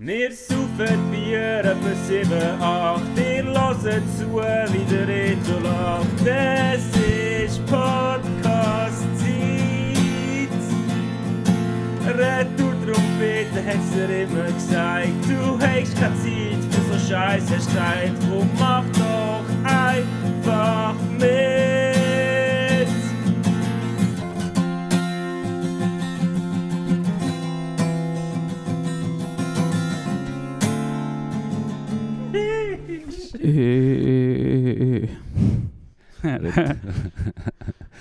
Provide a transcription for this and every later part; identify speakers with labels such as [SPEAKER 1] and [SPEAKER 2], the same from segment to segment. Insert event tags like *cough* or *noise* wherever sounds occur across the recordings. [SPEAKER 1] Wir saufen Bier etwa 7, 8. Ihr hört zu, wie der Reto lacht. Es ist Podcast-Zeit. Retour-Trompete hat's dir immer gesagt. Du hast keine Zeit für so Scheiß, hast Zeit. Und mach doch einfach mit.
[SPEAKER 2] Äh,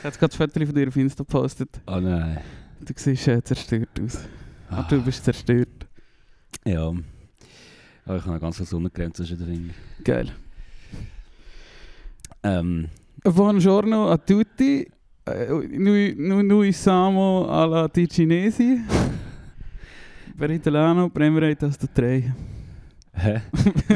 [SPEAKER 2] Jetzt gerade ein Foto von dir auf Insta gepostet.
[SPEAKER 3] Oh nein.
[SPEAKER 2] Du siehst äh, zerstört aus.
[SPEAKER 3] Ah.
[SPEAKER 2] Aber du bist zerstört.
[SPEAKER 3] Ja. Aber ich habe eine ganz Sonnencreme zwischen den Fingern.
[SPEAKER 2] Geil.
[SPEAKER 3] Ähm,
[SPEAKER 2] Buongiorno a tutti. Eh, Noi, noi, noi siamo alla Ticinesi. Per Italiano premerei Tasto 3.
[SPEAKER 3] hä?
[SPEAKER 2] Ich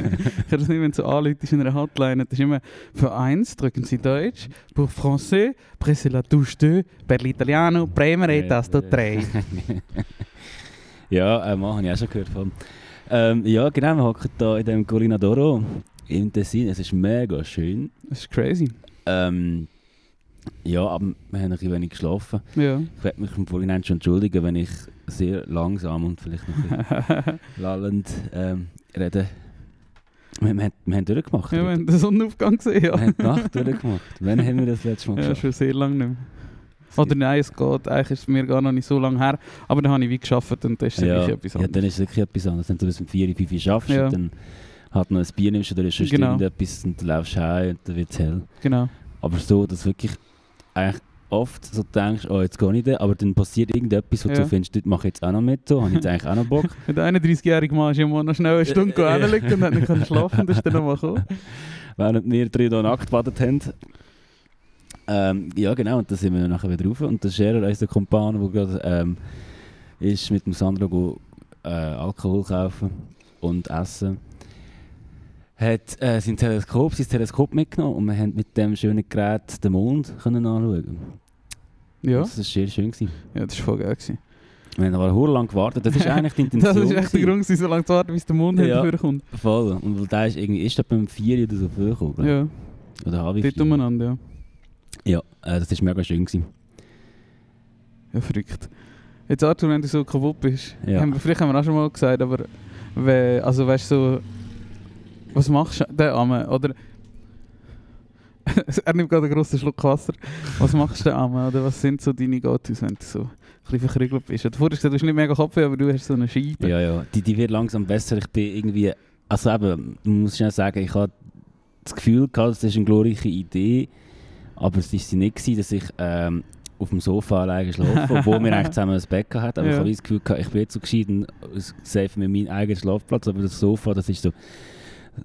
[SPEAKER 2] kann das nicht, wenn du so anläutest in einer Hotline. Das ist immer für 1 drücken Sie Deutsch, pour Français, presse la touche 2, per l'Italiano premerei Tasto 3.
[SPEAKER 3] *laughs* ja, äh, Mann, habe ich auch schon gehört von. Ähm, ja, genau, wir hocken hier in dem Colina d'Oro im Tessin. Es ist mega schön.
[SPEAKER 2] Das ist crazy.
[SPEAKER 3] Ähm, ja, aber wir haben ein bisschen wenig geschlafen.
[SPEAKER 2] Ja.
[SPEAKER 3] Ich werde mich im Vorhinein schon entschuldigen, wenn ich sehr langsam und vielleicht noch ein bisschen lallend ähm, rede. Wir, wir, haben- wir haben
[SPEAKER 2] *laughs*
[SPEAKER 3] durchgemacht.
[SPEAKER 2] Ja, wir haben den Sonnenaufgang gesehen,
[SPEAKER 3] Wir
[SPEAKER 2] ja.
[SPEAKER 3] haben die Nacht durchgemacht. Wann haben wir das letzte Mal
[SPEAKER 2] Ja,
[SPEAKER 3] geschafft?
[SPEAKER 2] schon sehr lange nicht mehr. Oder nein, es geht. Eigentlich ist es mir gar noch nicht so lange her. Aber dann habe ich wie geschafft und das ist
[SPEAKER 3] ja,
[SPEAKER 2] wirklich etwas
[SPEAKER 3] ja, dann
[SPEAKER 2] anderes.
[SPEAKER 3] ist es wirklich etwas anderes. Wenn du bis um 4, 5 Uhr arbeitest
[SPEAKER 2] Ja.
[SPEAKER 3] und dann halt noch ein Bier nimmst oder schon
[SPEAKER 2] Genau.
[SPEAKER 3] Stunde etwas und dann läufst du heim und dann wird es hell.
[SPEAKER 2] Genau.
[SPEAKER 3] Aber so, dass wirklich eigentlich oft so denkst, oh jetzt gehe ich da, aber dann passiert irgendetwas, wo
[SPEAKER 2] Ja.
[SPEAKER 3] du findest, das mache ich jetzt auch noch mit, so, habe ich jetzt eigentlich auch noch Bock.
[SPEAKER 2] Wenn der 31-jährige Mann ist immer noch schnell eine Stunde
[SPEAKER 3] Ja.
[SPEAKER 2] hingelegt und hat nicht können schlafen das ist dann nochmal gekommen.
[SPEAKER 3] Während wir drei hier nackt gebadet haben. Ähm, ja, genau, und dann sind wir dann nachher wieder rauf. Und der Scherer, unser Kumpan, der gerade ähm, ist mit dem Sandro go, äh, Alkohol kaufen und essen, hat äh, sein Teleskop, sein Teleskop mitgenommen und wir haben mit dem schönen Gerät den Mond können anschauen.
[SPEAKER 2] Ja.
[SPEAKER 3] Das war sehr schön. Gewesen.
[SPEAKER 2] ja, das war voll geil. Gewesen.
[SPEAKER 3] Wir haben aber sehr lange gewartet.
[SPEAKER 2] *laughs*
[SPEAKER 3] Das ist eigentlich die Intention.
[SPEAKER 2] Das ist echt der
[SPEAKER 3] gewesen.
[SPEAKER 2] Grund, gewesen, so lange zu warten, bis der Mond
[SPEAKER 3] Ja.
[SPEAKER 2] ja. kommt.
[SPEAKER 3] Voll. Und weil der ist irgendwie ist der beim 4 oder so vorgekommen. glaub ich.
[SPEAKER 2] Ja,
[SPEAKER 3] Oder halb
[SPEAKER 2] dort
[SPEAKER 3] vier.
[SPEAKER 2] umeinander, ja.
[SPEAKER 3] Ja, äh, das war mega schön. Gewesen.
[SPEAKER 2] Ja, verrückt. Jetzt Arthur, wenn du so kaputt bist,
[SPEAKER 3] Ja.
[SPEAKER 2] haben wir, vielleicht haben wir auch schon mal gesagt, aber we, also weißt du, so, was machst du der Amme, oder? *laughs* er nimmt gerade einen grossen Schluck Wasser. Was machst du denn Amme, oder was sind so deine Go-Tos, wenn du so ein bisschen verkrügelt bist? Du hast vorhin gesagt, du hast nicht mega Kopf, aber du hast so eine Scheibe.
[SPEAKER 3] Ja, ja, die, die wird langsam besser. Ich bin irgendwie, also eben, man muss schnell sagen, ich hatte das Gefühl, gehabt, es ist eine glorreiche Idee, aber es war sie nicht, gewesen, dass ich ähm, auf dem Sofa alleine geschlafen obwohl wir eigentlich zusammen ein Bett hatten. Aber
[SPEAKER 2] Ja.
[SPEAKER 3] ich habe das Gefühl, gehabt, ich bin jetzt so gescheit und safe mir meinen eigenen Schlafplatz, aber das Sofa, das ist so,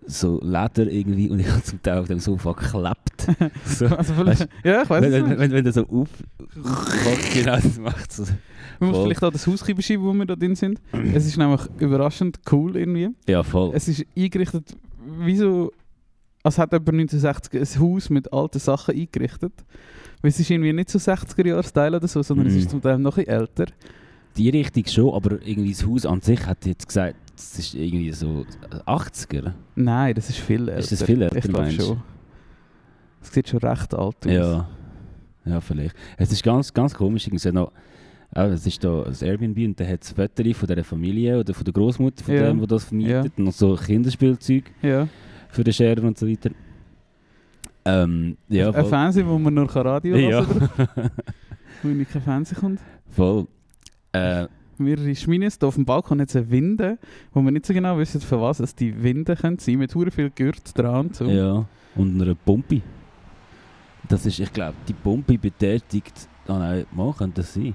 [SPEAKER 3] so Leder irgendwie und ich habe zum Teil auf dem Sofa geklappt.
[SPEAKER 2] *laughs*
[SPEAKER 3] so.
[SPEAKER 2] Also vielleicht,
[SPEAKER 3] Weißt
[SPEAKER 2] ja, ich weiß
[SPEAKER 3] Wenn,
[SPEAKER 2] es
[SPEAKER 3] wenn,
[SPEAKER 2] nicht.
[SPEAKER 3] wenn, wenn du so aufkommst, genau, das macht so.
[SPEAKER 2] Man muss
[SPEAKER 3] voll.
[SPEAKER 2] vielleicht auch das Haus beschreiben, wo wir da drin sind. es ist nämlich überraschend cool irgendwie.
[SPEAKER 3] Ja, voll.
[SPEAKER 2] Es ist eingerichtet, wie so, als hätte jemand 1960 ein Haus mit alten Sachen eingerichtet. Weil es ist irgendwie nicht so 60er-Jahre-Style oder so, sondern es
[SPEAKER 3] Mhm.
[SPEAKER 2] ist zum Teil noch ein bisschen älter.
[SPEAKER 3] Die Richtung schon, aber irgendwie das Haus an sich hat jetzt gesagt, es ist irgendwie so 80er.
[SPEAKER 2] Nein, das ist viel älter.
[SPEAKER 3] Ist das viel älter,
[SPEAKER 2] Ich glaube
[SPEAKER 3] meinst du?
[SPEAKER 2] schon. Es sieht schon recht alt aus.
[SPEAKER 3] Ja. Ja, vielleicht. Es ist ganz, ganz komisch. irgendwie so noch, ah, es ist da das Airbnb und da hat es Fotos von dieser Familie oder von der Großmutter, von
[SPEAKER 2] Ja.
[SPEAKER 3] dem, der das vermietet. Und noch so Kinderspielzeug
[SPEAKER 2] ja.
[SPEAKER 3] für den Scherer und so weiter. Ähm, ja,
[SPEAKER 2] Ein
[SPEAKER 3] voll.
[SPEAKER 2] Fernseher, wo man nur kein Radio
[SPEAKER 3] Ja.
[SPEAKER 2] hören
[SPEAKER 3] *laughs*
[SPEAKER 2] kann. Wo nicht kein Fernseher kommt.
[SPEAKER 3] vovoll. Äh,
[SPEAKER 2] mehrere Schmines. Hier auf dem Balkon hat es eine Winde, wo wir nicht so genau wissen, für was es die Winde können sein Mit hure viel Gürt dran. und So.
[SPEAKER 3] Ja, und einer Pumpe. Das ist, ich glaube, die Pumpe betätigt. Ah nein, mal könnte das sein.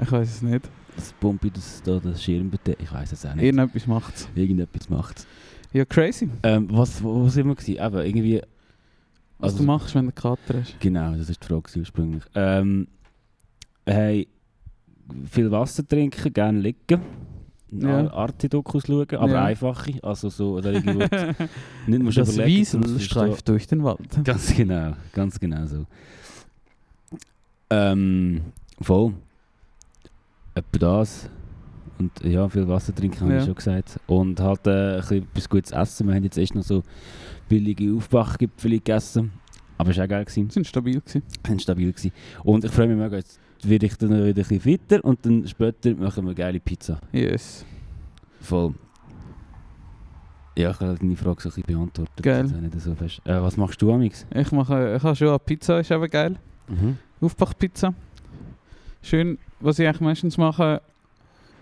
[SPEAKER 2] Ich weiß es nicht.
[SPEAKER 3] Das Pumpe, das da den Schirm betätigt. Ich weiß es auch nicht.
[SPEAKER 2] Irgendetwas macht es.
[SPEAKER 3] Irgendetwas macht
[SPEAKER 2] Ja, crazy,
[SPEAKER 3] ähm, was, wo, wo sind wir gewesen? Eben, irgendwie...
[SPEAKER 2] was
[SPEAKER 3] Also-
[SPEAKER 2] du machst, wenn du Kater hast.
[SPEAKER 3] Genau, das ist die Frage gewesen ursprünglich. Ähm, hey, viel Wasser trinken, gerne liegen.
[SPEAKER 2] Ja.
[SPEAKER 3] Ja. Arte-Dokus schauen, aber
[SPEAKER 2] Ja.
[SPEAKER 3] einfache. Also so,
[SPEAKER 2] *laughs*
[SPEAKER 3] oder irgendwo... nicht musst
[SPEAKER 2] das
[SPEAKER 3] überlegen, sondern
[SPEAKER 2] Wiesel
[SPEAKER 3] es ist so-
[SPEAKER 2] streift durch den Wald.
[SPEAKER 3] *laughs* Ganz genau, ganz genau so. Ähm, voll. Etwa das. und ja, viel Wasser trinken, habe
[SPEAKER 2] Ja.
[SPEAKER 3] ich schon gesagt. Und halt äh, ein bisschen etwas gutes Essen. Wir haben jetzt erst noch so billige Aufbachgipfel gegessen. Aber es war auch geil. Gewesen.
[SPEAKER 2] sind stabil gewesen.
[SPEAKER 3] Sind stabil gewesen. Und ich freue mich mega, jetzt werde ich dann wieder ein bisschen fitter und dann später machen wir geile Pizza.
[SPEAKER 2] Yes.
[SPEAKER 3] Voll. Ja, ich habe deine Frage so ein bisschen beantwortet.
[SPEAKER 2] Geil.
[SPEAKER 3] Also Nicht so fest. Äh, was machst du, Amix?
[SPEAKER 2] Ich mache, ich habe schon eine Pizza, ist eben geil. Aufbachpizza. Schön, was ich eigentlich meistens mache.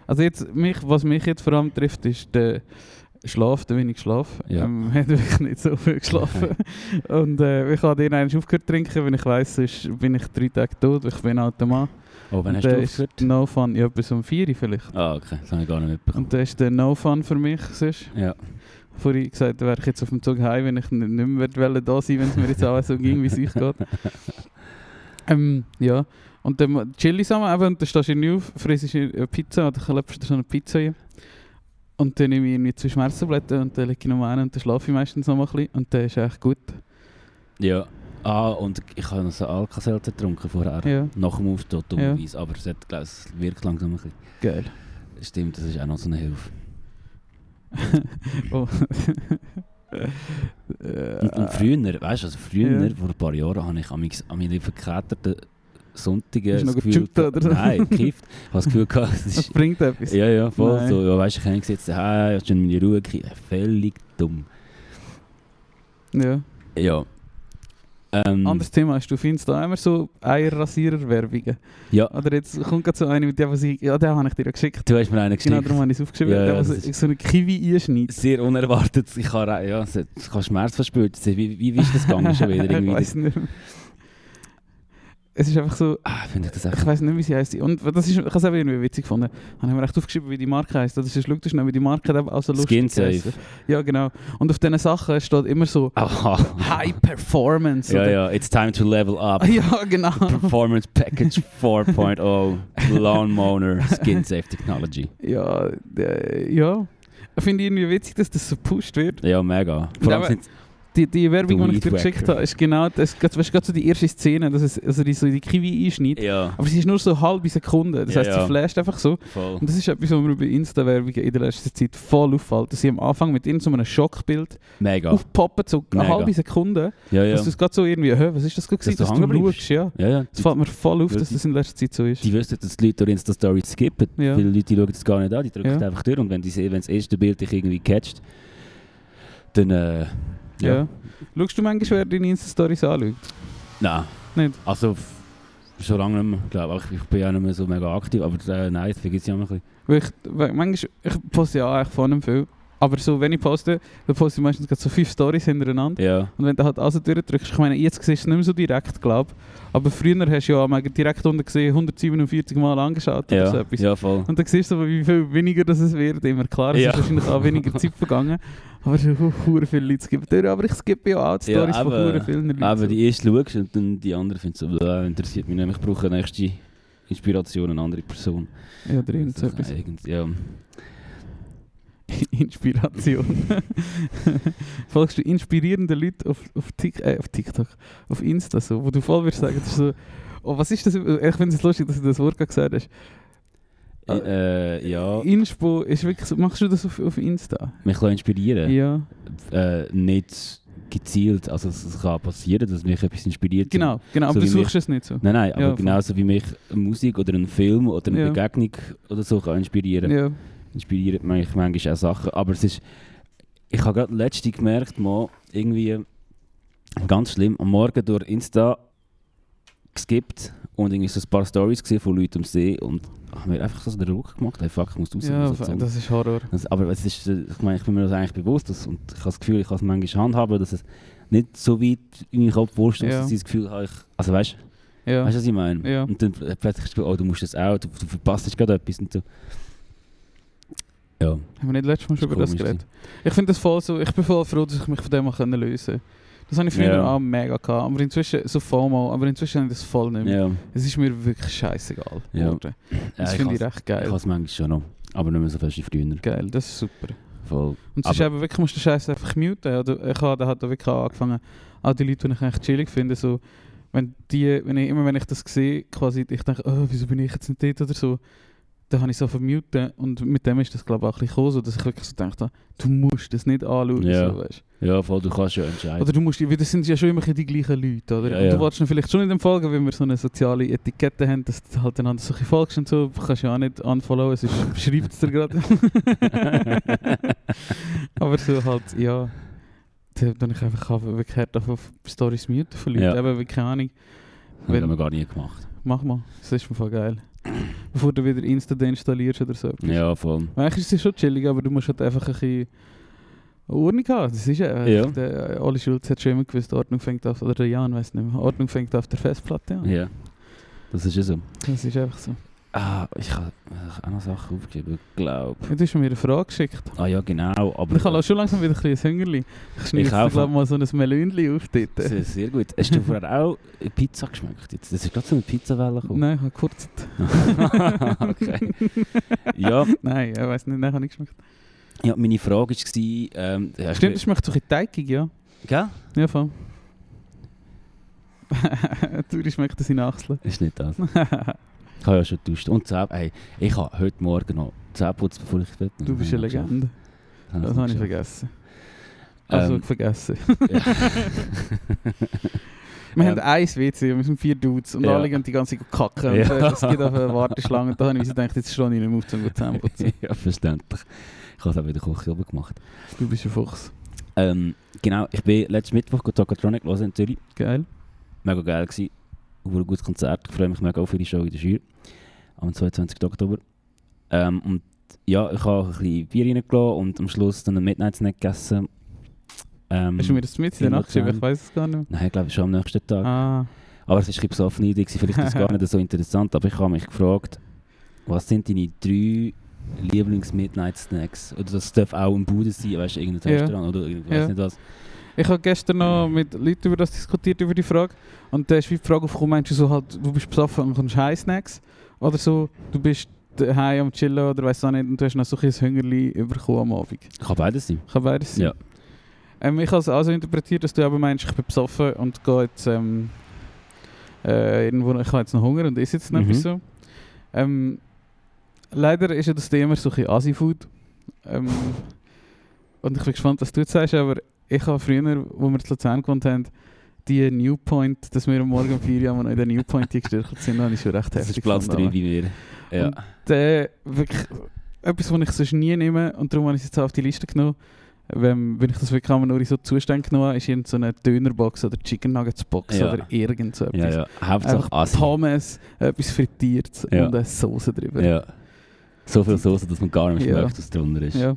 [SPEAKER 2] Also jetzt, mich, was mich jetzt vor allem trifft, ist der Schlaf, der wenig Schlaf.
[SPEAKER 3] Ja.
[SPEAKER 2] Ähm, *laughs* ich habe wirklich nicht so viel geschlafen. *laughs* Und äh, ich habe den eigentlich aufgehört zu trinken, weil ich weiss, sonst bin ich drei Tage tot. Ich bin ein alter Mann.
[SPEAKER 3] Oh,
[SPEAKER 2] Und
[SPEAKER 3] wann hast
[SPEAKER 2] dann
[SPEAKER 3] du
[SPEAKER 2] ist
[SPEAKER 3] aufgehört?
[SPEAKER 2] No Fun, ja, bis um 4 Uhr vielleicht.
[SPEAKER 3] Ah, okay. Das habe ich gar nicht mitbekommen.
[SPEAKER 2] Und das ist der No Fun für mich. Sonst.
[SPEAKER 3] Ja.
[SPEAKER 2] Vorhin gesagt, wäre ich jetzt auf dem Zug heim, wenn ich n- nicht mehr wollte da sein, wenn es mir jetzt auch so ging, wie es euch geht. Ähm, ja. Und dann ma- chill ich zusammen, eben, und dann stehst du irgendwie auf, frisst dir eine Pizza oder klebst dir so eine Pizza rein. Und dann nehme ich irgendwie zwei Schmerztabletten und dann lege ich noch eine und dann schlafe ich meistens noch mal ein bisschen. Und dann ist echt gut.
[SPEAKER 3] Ja. Ah, und ich habe noch so Alka-Seltzer getrunken vorher.
[SPEAKER 2] Ja.
[SPEAKER 3] Nach dem Aufstehen,
[SPEAKER 2] Ja.
[SPEAKER 3] dummerweise. Aber es, hat, glaub, es wirkt langsam ein bisschen.
[SPEAKER 2] Geil.
[SPEAKER 3] Stimmt, das ist auch noch so eine Hilfe.
[SPEAKER 2] Oh.
[SPEAKER 3] Und, und
[SPEAKER 2] äh,
[SPEAKER 3] früher, weißt du, also früher,
[SPEAKER 2] Ja.
[SPEAKER 3] vor ein paar Jahren, habe ich an, mich, an meine verkletterten Sonntagen
[SPEAKER 2] Hast du noch gechippt, oder?
[SPEAKER 3] Nein, gekifft. Ich habe das Gefühl gehabt,
[SPEAKER 2] *laughs*
[SPEAKER 3] es
[SPEAKER 2] das
[SPEAKER 3] ist...
[SPEAKER 2] bringt etwas.
[SPEAKER 3] Ja, ja, voll.
[SPEAKER 2] Nein.
[SPEAKER 3] So, ja, weißt du, ich habe gesetzt, hey, hast du schon meine Ruhe gekriegt? Völlig dumm.
[SPEAKER 2] Ja.
[SPEAKER 3] Ja. Ähm,
[SPEAKER 2] Anderes Thema, hast du findest da immer so Eierrasierer-Werbungen?
[SPEAKER 3] Ja.
[SPEAKER 2] Oder jetzt kommt gerade so eine mit dem, was ich, ja, den habe ich dir ja geschickt.
[SPEAKER 3] Du hast mir einen
[SPEAKER 2] Genau,
[SPEAKER 3] geschickt.
[SPEAKER 2] darum habe ich es aufgeschrieben.
[SPEAKER 3] Ja,
[SPEAKER 2] der,
[SPEAKER 3] ja,
[SPEAKER 2] was
[SPEAKER 3] das ist-
[SPEAKER 2] so eine Kiwi einschneidet.
[SPEAKER 3] Sehr unerwartet. Ich habe, auch- ja, es hat- ich habe Schmerz verspürt. Es- Wie, wie, wie ist das gegangen schon
[SPEAKER 2] *laughs*
[SPEAKER 3] wieder?
[SPEAKER 2] ich
[SPEAKER 3] Irgendwie
[SPEAKER 2] weiß nicht mehr. Es ist einfach so,
[SPEAKER 3] Ah, finde ich das
[SPEAKER 2] ich
[SPEAKER 3] echt...
[SPEAKER 2] weiß nicht, wie sie heisst. Und das ist, ich habe es auch irgendwie witzig gefunden. Habe ich mir echt aufgeschrieben, wie die Marke heisst. Das ist schau dir schnell, wie die Marke eben auch so lustig
[SPEAKER 3] Skin safe.
[SPEAKER 2] heisst. Ja, genau. Und auf diesen Sachen steht immer so
[SPEAKER 3] *laughs* Aha.
[SPEAKER 2] High Performance.
[SPEAKER 3] Ah. Ja,
[SPEAKER 2] oder-
[SPEAKER 3] ja, it's time to
[SPEAKER 2] *laughs*
[SPEAKER 3] level up. *laughs*
[SPEAKER 2] ja, genau.
[SPEAKER 3] Performance Package 4.0 Lawn Mower Skin Safe Technology.
[SPEAKER 2] Ja, äh, ja. Finde ich irgendwie witzig, dass das so gepusht wird.
[SPEAKER 3] Ja, mega. Vor allem
[SPEAKER 2] Ja,
[SPEAKER 3] sind
[SPEAKER 2] Die, die Werbung,
[SPEAKER 3] Du
[SPEAKER 2] die ich dir
[SPEAKER 3] Weedwacker.
[SPEAKER 2] geschickt habe, ist genau das. Das ist gerade so die erste Szene, dass es also die, so die Kiwi einschneidet.
[SPEAKER 3] ja,
[SPEAKER 2] Aber sie ist nur so halbe Sekunde. Das
[SPEAKER 3] Ja,
[SPEAKER 2] heisst,
[SPEAKER 3] ja.
[SPEAKER 2] sie flasht einfach so.
[SPEAKER 3] voll.
[SPEAKER 2] Und das ist etwas, was mir bei Insta-Werbungen in der letzten Zeit voll auffällt. Dass sie am Anfang mit irgendeinem so einem Schockbild
[SPEAKER 3] Mega.
[SPEAKER 2] aufpoppen, so eine
[SPEAKER 3] Mega.
[SPEAKER 2] halbe Sekunde.
[SPEAKER 3] Ja, ja.
[SPEAKER 2] Dass du es gerade so irgendwie, hä, was ist das gerade
[SPEAKER 3] Dass
[SPEAKER 2] gewesen,
[SPEAKER 3] du
[SPEAKER 2] dass du
[SPEAKER 3] hängen
[SPEAKER 2] schaust?
[SPEAKER 3] bleibst.
[SPEAKER 2] Ja.
[SPEAKER 3] ja, ja.
[SPEAKER 2] Es fällt mir voll auf,
[SPEAKER 3] Ja,
[SPEAKER 2] dass
[SPEAKER 3] die-
[SPEAKER 2] das in letzter Zeit so ist.
[SPEAKER 3] Die wissen, dass die Leute durch Insta-Story skippen.
[SPEAKER 2] Ja.
[SPEAKER 3] Viele Leute die schauen das gar nicht an, die drücken
[SPEAKER 2] Ja.
[SPEAKER 3] es einfach durch. Und wenn, die, se- wenn das erste Bild dich irgendwie catcht, dann. Äh,
[SPEAKER 2] ja.
[SPEAKER 3] ja.
[SPEAKER 2] Schaust du manchmal, wer deine Insta-Stories anschaut?
[SPEAKER 3] Nein.
[SPEAKER 2] Nicht?
[SPEAKER 3] Also, f- schon lange nicht mehr, glaube ich. Ich bin ja nicht mehr so mega aktiv, aber äh, nein, das vergesse ich auch mal ein bisschen.
[SPEAKER 2] Weil ich, weil manchmal, ich poste ja eigentlich von viel. Aber so, wenn ich poste, dann poste ich meistens gerade so fünf Stories hintereinander.
[SPEAKER 3] Ja.
[SPEAKER 2] Und wenn du halt alles durchdrückst, ich meine, jetzt siehst du es nicht mehr so direkt, glaube Aber früher hast du ja mal direkt unten gesehen, 147 Mal angeschaut oder so
[SPEAKER 3] Ja,
[SPEAKER 2] etwas.
[SPEAKER 3] ja, voll.
[SPEAKER 2] Und dann siehst du, aber, wie viel weniger das es wird. Immer klar, es
[SPEAKER 3] Ja.
[SPEAKER 2] ist wahrscheinlich auch
[SPEAKER 3] *laughs*
[SPEAKER 2] weniger Zeit vergangen. Aber so hu- viele Leute skippen durch. Aber ich skippe ja auch die
[SPEAKER 3] Ja,
[SPEAKER 2] Stories von
[SPEAKER 3] aber-
[SPEAKER 2] hu- vielen Leuten.
[SPEAKER 3] Aber die erste schaust und dann die andere findest du, so, «Bäh, interessiert mich nicht, ich brauche eine nächste Inspiration, eine andere Person.
[SPEAKER 2] ja, oder irgend so
[SPEAKER 3] Also,
[SPEAKER 2] etwas.
[SPEAKER 3] irgend- ja.
[SPEAKER 2] Inspiration. *laughs* Folgst du inspirierenden Leuten auf, auf, Tik äh, auf TikTok, auf Insta, so, wo du voll wirst sagen, das ist so, oh, was ist das? Ich finde es lustig, dass du das Wort gerade gesagt hast. Ah.
[SPEAKER 3] I- Äh, ja,
[SPEAKER 2] Inspo ist wirklich so, machst du das auf, auf Insta?
[SPEAKER 3] mich lassen inspirieren.
[SPEAKER 2] Ja.
[SPEAKER 3] Äh, nicht gezielt, also es, es kann passieren, dass mich etwas inspiriert.
[SPEAKER 2] Genau, genau, aber du
[SPEAKER 3] so wie
[SPEAKER 2] suchst es nicht so.
[SPEAKER 3] Nein, nein, aber
[SPEAKER 2] Ja, voll.
[SPEAKER 3] genauso wie mich Musik oder ein Film oder eine
[SPEAKER 2] Ja.
[SPEAKER 3] Begegnung oder so kann inspirieren.
[SPEAKER 2] Ja.
[SPEAKER 3] inspiriert mich manchmal auch Sachen. Aber es ist. Ich habe gerade letzte gemerkt, mal irgendwie ganz schlimm, am Morgen durch Insta geskippt und irgendwie so ein paar Stories gesehen von Leuten am See und habe mir einfach so den Druck gemacht, hey fuck, ich muss raus.
[SPEAKER 2] ja,
[SPEAKER 3] muss jetzt um.
[SPEAKER 2] das ist Horror.
[SPEAKER 3] das, aber es ist, äh, ich meine, ich bin mir das eigentlich bewusst dass, und ich habe das Gefühl, ich kann es manchmal handhaben, dass es nicht so weit in meinen Kopf wurscht,
[SPEAKER 2] Ja.
[SPEAKER 3] dass ich das Gefühl habe, ich, also weißt du,
[SPEAKER 2] Ja.
[SPEAKER 3] Weißt du, hm. was ich meine?
[SPEAKER 2] Ja.
[SPEAKER 3] Und dann plötzlich hast du das Gefühl, oh, du musst das auch, du, du verpasst jetzt gerade etwas und so. Ja.
[SPEAKER 2] Haben wir nicht letztes Mal schon
[SPEAKER 3] Das
[SPEAKER 2] über das
[SPEAKER 3] komisch
[SPEAKER 2] geredet? Ich finde das voll so, ich bin voll froh, dass ich mich von dem mal lösen konnte. Das habe ich früher
[SPEAKER 3] Ja.
[SPEAKER 2] auch mega gehabt, aber inzwischen, so FOMO, aber inzwischen habe ich das voll nicht mehr.
[SPEAKER 3] ja.
[SPEAKER 2] Es ist mir wirklich scheißegal
[SPEAKER 3] Ja.
[SPEAKER 2] geworden. Das
[SPEAKER 3] ich
[SPEAKER 2] finde ich
[SPEAKER 3] has-
[SPEAKER 2] recht
[SPEAKER 3] Ich
[SPEAKER 2] geil.
[SPEAKER 3] habe es manchmal schon noch, aber nicht mehr so fest wie früher.
[SPEAKER 2] Geil, das ist super.
[SPEAKER 3] Voll.
[SPEAKER 2] Und sonst
[SPEAKER 3] Aber-
[SPEAKER 2] eben wirklich musst du den Scheiß einfach muten. Oder ich habe da halt auch wirklich angefangen, auch die Leute, die ich eigentlich chillig finde, so, wenn die, wenn ich, immer wenn ich das sehe, quasi, ich denke, oh, wieso bin ich jetzt nicht dort oder so. dann habe ich so vermuten und mit dem ist das glaube ich auch ein bisschen gekommen, so, dass ich wirklich so gedacht habe, du musst das nicht anschauen.
[SPEAKER 3] Ja.
[SPEAKER 2] So, weißt.
[SPEAKER 3] Ja, voll, du kannst ja entscheiden.
[SPEAKER 2] Oder du musst, weil das sind dus ja schon immer ein bisschen die gleichen Leute, oder?
[SPEAKER 3] Ja,
[SPEAKER 2] und du
[SPEAKER 3] ja.
[SPEAKER 2] wolltest ihnen vielleicht schon nicht folgen, weil wir so eine soziale Etikette haben, dass du halt einander so ein bisschen folgst und so, kannst ja auch nicht unfollowen, es schreibt es dir gerade.
[SPEAKER 3] *laughs*
[SPEAKER 2] Aber so halt, ja, dann habe ich einfach auch wirklich hart auf Storys mute von Leuten,
[SPEAKER 3] Ja.
[SPEAKER 2] eben, weil, keine Ahnung,
[SPEAKER 3] das
[SPEAKER 2] wenn-
[SPEAKER 3] haben wir gar nie gemacht.
[SPEAKER 2] mach mal, das ist mir voll geil. Bevor du wieder Insta installierst oder so. etwas.
[SPEAKER 3] Ja, voll.
[SPEAKER 2] Weil Eigentlich ist es schon chillig, aber du musst halt einfach ein bisschen Ordnung haben. Das ist ja,
[SPEAKER 3] Ja.
[SPEAKER 2] Der, Oli Schulz hat schon immer gewusst, Ordnung fängt auf, oder der Jan weiß nicht mehr, Ordnung fängt auf der Festplatte an.
[SPEAKER 3] Ja. Das ist ja so.
[SPEAKER 2] Das ist einfach so.
[SPEAKER 3] Ah, ich habe auch noch Sachen aufgeschrieben, glaube
[SPEAKER 2] Ja, Du hast mir eine Frage geschickt.
[SPEAKER 3] Ah ja, genau, aber...
[SPEAKER 2] Ich habe auch schon langsam wieder ein bisschen ein Hungerli. Ich schneide
[SPEAKER 3] auch.
[SPEAKER 2] glaube ich, mal so ein Melönli auf dort.
[SPEAKER 3] sehr, sehr gut. Hast du vorher auch Pizza geschmeckt? Jetzt? Das ist gerade so eine Pizzawelle gekommen.
[SPEAKER 2] Nein, ich habe kurz.
[SPEAKER 3] *laughs*
[SPEAKER 2] *laughs*
[SPEAKER 3] okay. Ja,
[SPEAKER 2] Nein, ich weiß nicht, nein, ich habe nicht geschmeckt.
[SPEAKER 3] ja, meine Frage war... Ähm, ja, ich-
[SPEAKER 2] Stimmt, es schmeckt so ein bisschen teigig, ja.
[SPEAKER 3] Gell?
[SPEAKER 2] Ja, voll. *laughs* Turi schmeckt das in
[SPEAKER 3] *laughs*
[SPEAKER 2] Achseln.
[SPEAKER 3] Ist nicht das. Ich habe ja schon getuscht. Und Zähne... Ey, ich habe heute Morgen noch Zähne geputzt, bevor ich weg bin.
[SPEAKER 2] Du bist eine Legende. Das habe ich vergessen. Also *laughs*
[SPEAKER 3] Ähm,
[SPEAKER 2] vergessen.
[SPEAKER 3] ja.
[SPEAKER 2] Wir
[SPEAKER 3] Ja.
[SPEAKER 2] haben ein WC, wir sind vier Dudes und
[SPEAKER 3] Ja.
[SPEAKER 2] alle gehen die ganze Zeit kacken. Und,
[SPEAKER 3] Ja.
[SPEAKER 2] äh, es gibt auf eine Warteschlange und da habe ich mir so gedacht, jetzt stehe ich nicht mehr auf, um gut zusammenputzen.
[SPEAKER 3] Ähm, *laughs* ja, verständlich. Ich habe es auch wieder Küche oben gemacht.
[SPEAKER 2] *laughs* Du bist ein Fuchs.
[SPEAKER 3] Ähm, genau, ich bin letzten Mittwoch go Tokatronic los in Zürich.
[SPEAKER 2] Geil.
[SPEAKER 3] Mega geil gewesen. Ein gutes Konzert. Ich freue mich mega auf ihre Show in der Schür. Am 22. Oktober. Ähm, und ja, ich habe ein bisschen Bier reingelassen und am Schluss dann einen Midnight Snack gegessen. Ähm,
[SPEAKER 2] Hast du mir das mit in der Nacht geschrieben? Ich weiß es gar nicht
[SPEAKER 3] Nein, ich glaube schon am nächsten Tag.
[SPEAKER 2] mehr. Ah,
[SPEAKER 3] Aber es war ein bisschen besoffen, ich war vielleicht ist es gar nicht so interessant, aber ich habe mich gefragt, was sind deine drei Lieblings-Midnight-Snacks? Oder das darf auch ein Bude sein, weißt du, irgendein
[SPEAKER 2] Ja.
[SPEAKER 3] Restaurant oder irgendwas,
[SPEAKER 2] Ja.
[SPEAKER 3] weiß nicht was.
[SPEAKER 2] Ich habe gestern noch mit Leuten über das diskutiert, über die Frage. Und da ist wie die Frage aufgekommen, meinst du so halt, du bist besoffen und kommst High-Snacks? Oder so, du bist daheim am Chillen oder weiss auch nicht und du hast noch so ein bisschen Hungerli überkommen am Abend.
[SPEAKER 3] Kann beides sein.
[SPEAKER 2] Kann beides sein.
[SPEAKER 3] Ja.
[SPEAKER 2] Ähm, ich habe es also interpretiert, dass du aber meinst, ich bin besoffen und gehe jetzt ähm, äh, irgendwo, ich habe jetzt noch Hunger und esse jetzt noch
[SPEAKER 3] Mhm.
[SPEAKER 2] etwas so. Ähm, leider ist ja das Thema so ein bisschen Asi-Food. Ähm, und ich bin gespannt, was du jetzt sagst, aber ich habe früher, wo wir in Luzern gewohnt haben, die New Point, dass wir am Morgen um 4 Uhr noch in der New *laughs* Point die gestärkt sind, habe ich schon recht
[SPEAKER 3] Das
[SPEAKER 2] heftig
[SPEAKER 3] ist Platz 3 bei
[SPEAKER 2] gefunden.
[SPEAKER 3] mir. Ja.
[SPEAKER 2] Und äh, wirklich etwas, was ich sonst nie nehme und darum habe ich es jetzt auch auf die Liste genommen. Wenn, wenn ich das wirklich einmal nur in so Zuständen genommen habe, ist irgend so eine Dönerbox oder Chicken Nuggets Box
[SPEAKER 3] Ja.
[SPEAKER 2] oder irgend so etwas.
[SPEAKER 3] ja, ja. Hauptsache
[SPEAKER 2] Einfach
[SPEAKER 3] Asi.
[SPEAKER 2] Pommes, etwas frittiert
[SPEAKER 3] Ja.
[SPEAKER 2] und eine Soße drüber.
[SPEAKER 3] Ja. So viel Soße, dass man gar nicht mehr
[SPEAKER 2] Ja.
[SPEAKER 3] schmeckt, was drunter ist.
[SPEAKER 2] Ja.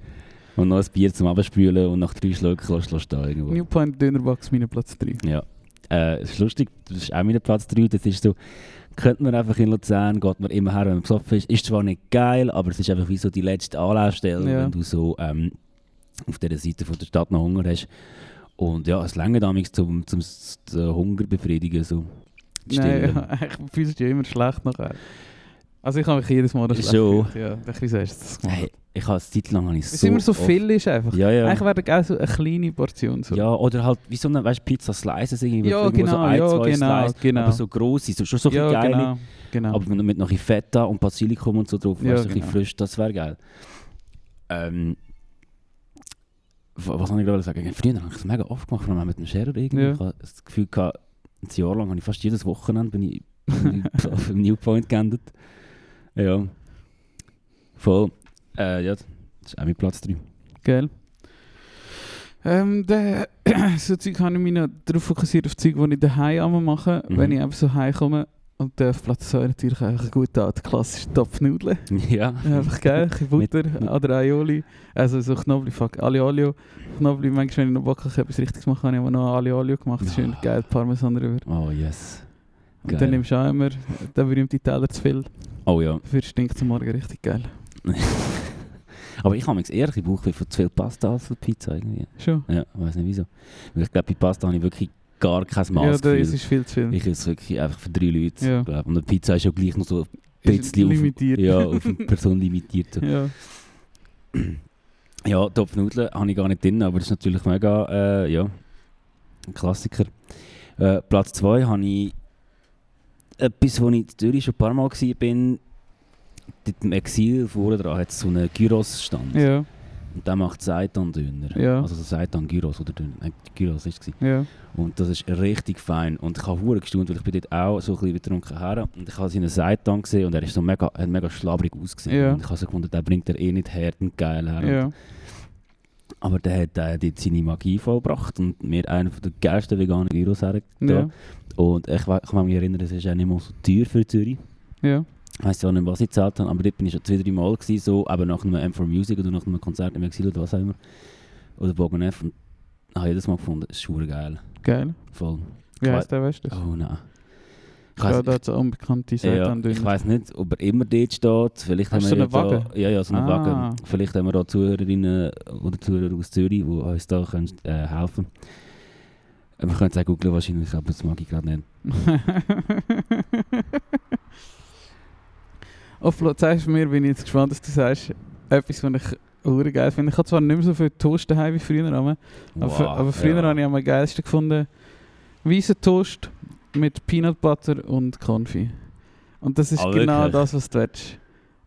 [SPEAKER 3] Und noch ein Bier zum Abspülen und nach drei Schlucken lässt du da irgendwo.
[SPEAKER 2] New Point Dönerbox, mein Platz 3.
[SPEAKER 3] Ja. Äh, es ist lustig, das ist auch mein Platz 3. Das ist so, könnte man einfach in Luzern, geht man immer her, wenn man besoffen ist. Ist zwar nicht geil, aber es ist einfach wie so die letzte Anlaufstelle,
[SPEAKER 2] Ja.
[SPEAKER 3] wenn du so ähm, auf dieser Seite von der Stadt noch Hunger hast. Und ja, es lange damals zum, zum, zum Hunger befriedigen. So.
[SPEAKER 2] Nein,
[SPEAKER 3] Stillen.
[SPEAKER 2] ja, ich fühle mich ja immer schlecht nachher. Also ich habe mich jedes Mal noch schlecht
[SPEAKER 3] Schon.
[SPEAKER 2] gefühlt, Ja, Doch, wieso hast du das gemacht?
[SPEAKER 3] Hey, ich habe es Zeit lang habe ich
[SPEAKER 2] Weil es
[SPEAKER 3] so
[SPEAKER 2] immer so
[SPEAKER 3] oft-
[SPEAKER 2] viel ist einfach.
[SPEAKER 3] Ja, ja.
[SPEAKER 2] Eigentlich wäre ich auch so eine kleine Portion. So.
[SPEAKER 3] Ja, oder halt wie so eine weißt, Pizza Slices, irgendwie
[SPEAKER 2] Ja,
[SPEAKER 3] irgendwo so
[SPEAKER 2] genau,
[SPEAKER 3] ein,
[SPEAKER 2] ja,
[SPEAKER 3] zwei
[SPEAKER 2] genau,
[SPEAKER 3] Slices,
[SPEAKER 2] genau.
[SPEAKER 3] aber so grosse, so, schon so viel
[SPEAKER 2] Ja,
[SPEAKER 3] geile.
[SPEAKER 2] genau. genau.
[SPEAKER 3] Aber mit, mit noch ein bisschen Feta und Basilikum und so drauf,
[SPEAKER 2] Ja,
[SPEAKER 3] weißt du, ein bisschen
[SPEAKER 2] genau.
[SPEAKER 3] frisch, das wäre geil. Ähm, w- was habe ich gerade sagen? Früher habe ich das mega oft gemacht, vor allem auch mit dem Scherer irgendwie.
[SPEAKER 2] Ja.
[SPEAKER 3] Ich habe das Gefühl gehabt, ein Jahr lang habe ich fast jedes Wochenende bin ich, bin
[SPEAKER 2] *laughs*
[SPEAKER 3] ich auf dem Newpoint geendet. Ja. Voll. Äh, ja, das ist auch mein
[SPEAKER 2] *laughs*
[SPEAKER 3] Platz 3.
[SPEAKER 2] Geil. Ähm, dann, *clears throat* so Zeug habe ich mich noch darauf fokussiert, auf Zeug, die ich daheim einmal mache,
[SPEAKER 3] Mhm.
[SPEAKER 2] wenn ich eben so heimkomme. Und dann auf Platz 2 natürlich einfach gut an, die klassischen *laughs* Topfnudeln.
[SPEAKER 3] ja.
[SPEAKER 2] einfach geil, ein bisschen
[SPEAKER 3] Mit-
[SPEAKER 2] Butter
[SPEAKER 3] mit-
[SPEAKER 2] oder Aioli. Also so Knobli, fuck, Aglio Olio. Knobli, manchmal, wenn ich noch Bock habe, etwas Richtiges machen, habe ich aber noch Aglio Olio gemacht. Schön
[SPEAKER 3] Ah.
[SPEAKER 2] geil, Parmesan drüber.
[SPEAKER 3] Oh yes.
[SPEAKER 2] Und
[SPEAKER 3] Geil.
[SPEAKER 2] dann nimmst du auch immer den berühmten Teller zu viel.
[SPEAKER 3] Oh ja. *laughs*
[SPEAKER 2] Dafür stinkt es am Morgen richtig geil.
[SPEAKER 3] Aber ich habe mich ehrlich, ich brauche von zu viel Pasta als für Pizza irgendwie.
[SPEAKER 2] Schon.
[SPEAKER 3] Ja, ich weiß nicht wieso. Weil ich glaube, bei Pasta habe ich wirklich gar kein Maß
[SPEAKER 2] ja, dus da ist
[SPEAKER 3] Gefühl.
[SPEAKER 2] es viel zu viel.
[SPEAKER 3] Ich esse wirklich einfach für drei Leute.
[SPEAKER 2] Ja.
[SPEAKER 3] Glaub. Und eine Pizza ist ja gleich noch so ein
[SPEAKER 2] Ist
[SPEAKER 3] bisschen
[SPEAKER 2] limitiert. *laughs*
[SPEAKER 3] Auf, ja, auf eine Person limitiert. So.
[SPEAKER 2] ja.
[SPEAKER 3] Ja, Topfnudeln habe ich gar nicht drin, aber das ist natürlich mega äh, ja, ein Klassiker. Äh, Platz 2 habe ich etwas, wo ich in Zürich schon ein paar Mal war, bin. dort im Exil vorne dran hat es so einen Gyros-Stand.
[SPEAKER 2] Ja,
[SPEAKER 3] Und der macht Seitan dünner.
[SPEAKER 2] Ja.
[SPEAKER 3] Also Seitan Gyros oder dünner. Nein, Gyros ist es.
[SPEAKER 2] ja.
[SPEAKER 3] Und das ist richtig fein. Und ich habe hure gestaunt, weil ich bin dort auch so ein bisschen betrunken her. Und ich habe seinen Seitan gesehen und er ist so mega, hat mega schlabrig ausgesehen.
[SPEAKER 2] Ja.
[SPEAKER 3] Und ich habe so gefunden, den bringt er eh nicht her und geil her.
[SPEAKER 2] Ja,
[SPEAKER 3] Aber der hat äh, dort seine Magie vollbracht und mir einen der geilsten veganen Gyros hergetan.
[SPEAKER 2] ja,
[SPEAKER 3] Und ich, we- ich kann mich erinnern, es ist auch nicht mal so teuer für Zürich.
[SPEAKER 2] ja,
[SPEAKER 3] Ich weiß zwar nicht, was ich gezahlt habe, aber dort bin ich schon zwei, drei Mal gewesen, so, aber nach einem M4 Music oder nach einem Konzert im Exil oder was auch immer. Oder Bogen F. Und habe jedes Mal gefunden, es ist hure geil.
[SPEAKER 2] geil.
[SPEAKER 3] Voll.
[SPEAKER 2] Wie
[SPEAKER 3] Ich
[SPEAKER 2] heisst der, weißt du? das?
[SPEAKER 3] Oh nein. Ich
[SPEAKER 2] Ja,
[SPEAKER 3] weiss,
[SPEAKER 2] da hat so unbekannte
[SPEAKER 3] ja,
[SPEAKER 2] Seitan *laughs*
[SPEAKER 3] ich
[SPEAKER 2] dünner.
[SPEAKER 3] weiss nicht, ob er immer dort steht. Vielleicht
[SPEAKER 2] Hast
[SPEAKER 3] haben wir
[SPEAKER 2] du so einen
[SPEAKER 3] ja da- Ja, ja, so einen
[SPEAKER 2] Ah.
[SPEAKER 3] Wagen. Vielleicht haben wir da Zuhörerinnen oder Zuhörer aus Zürich, die uns da können, äh, helfen können. Wir können es auch googeln wahrscheinlich, aber das mag ich gerade nicht.
[SPEAKER 2] Offlo, zeigst du mir, bin ich jetzt gespannt, dass du sagst, etwas, was ich hure geil finde. Ich habe zwar nicht mehr so viel Toast daheim wie früher, aber, aber, fr- aber früher habe ich am geilsten gefunden, weißen Toast mit Peanut Butter und Konfi. Und das ist
[SPEAKER 3] Ah,
[SPEAKER 2] genau
[SPEAKER 3] wirklich?
[SPEAKER 2] das, was du willst.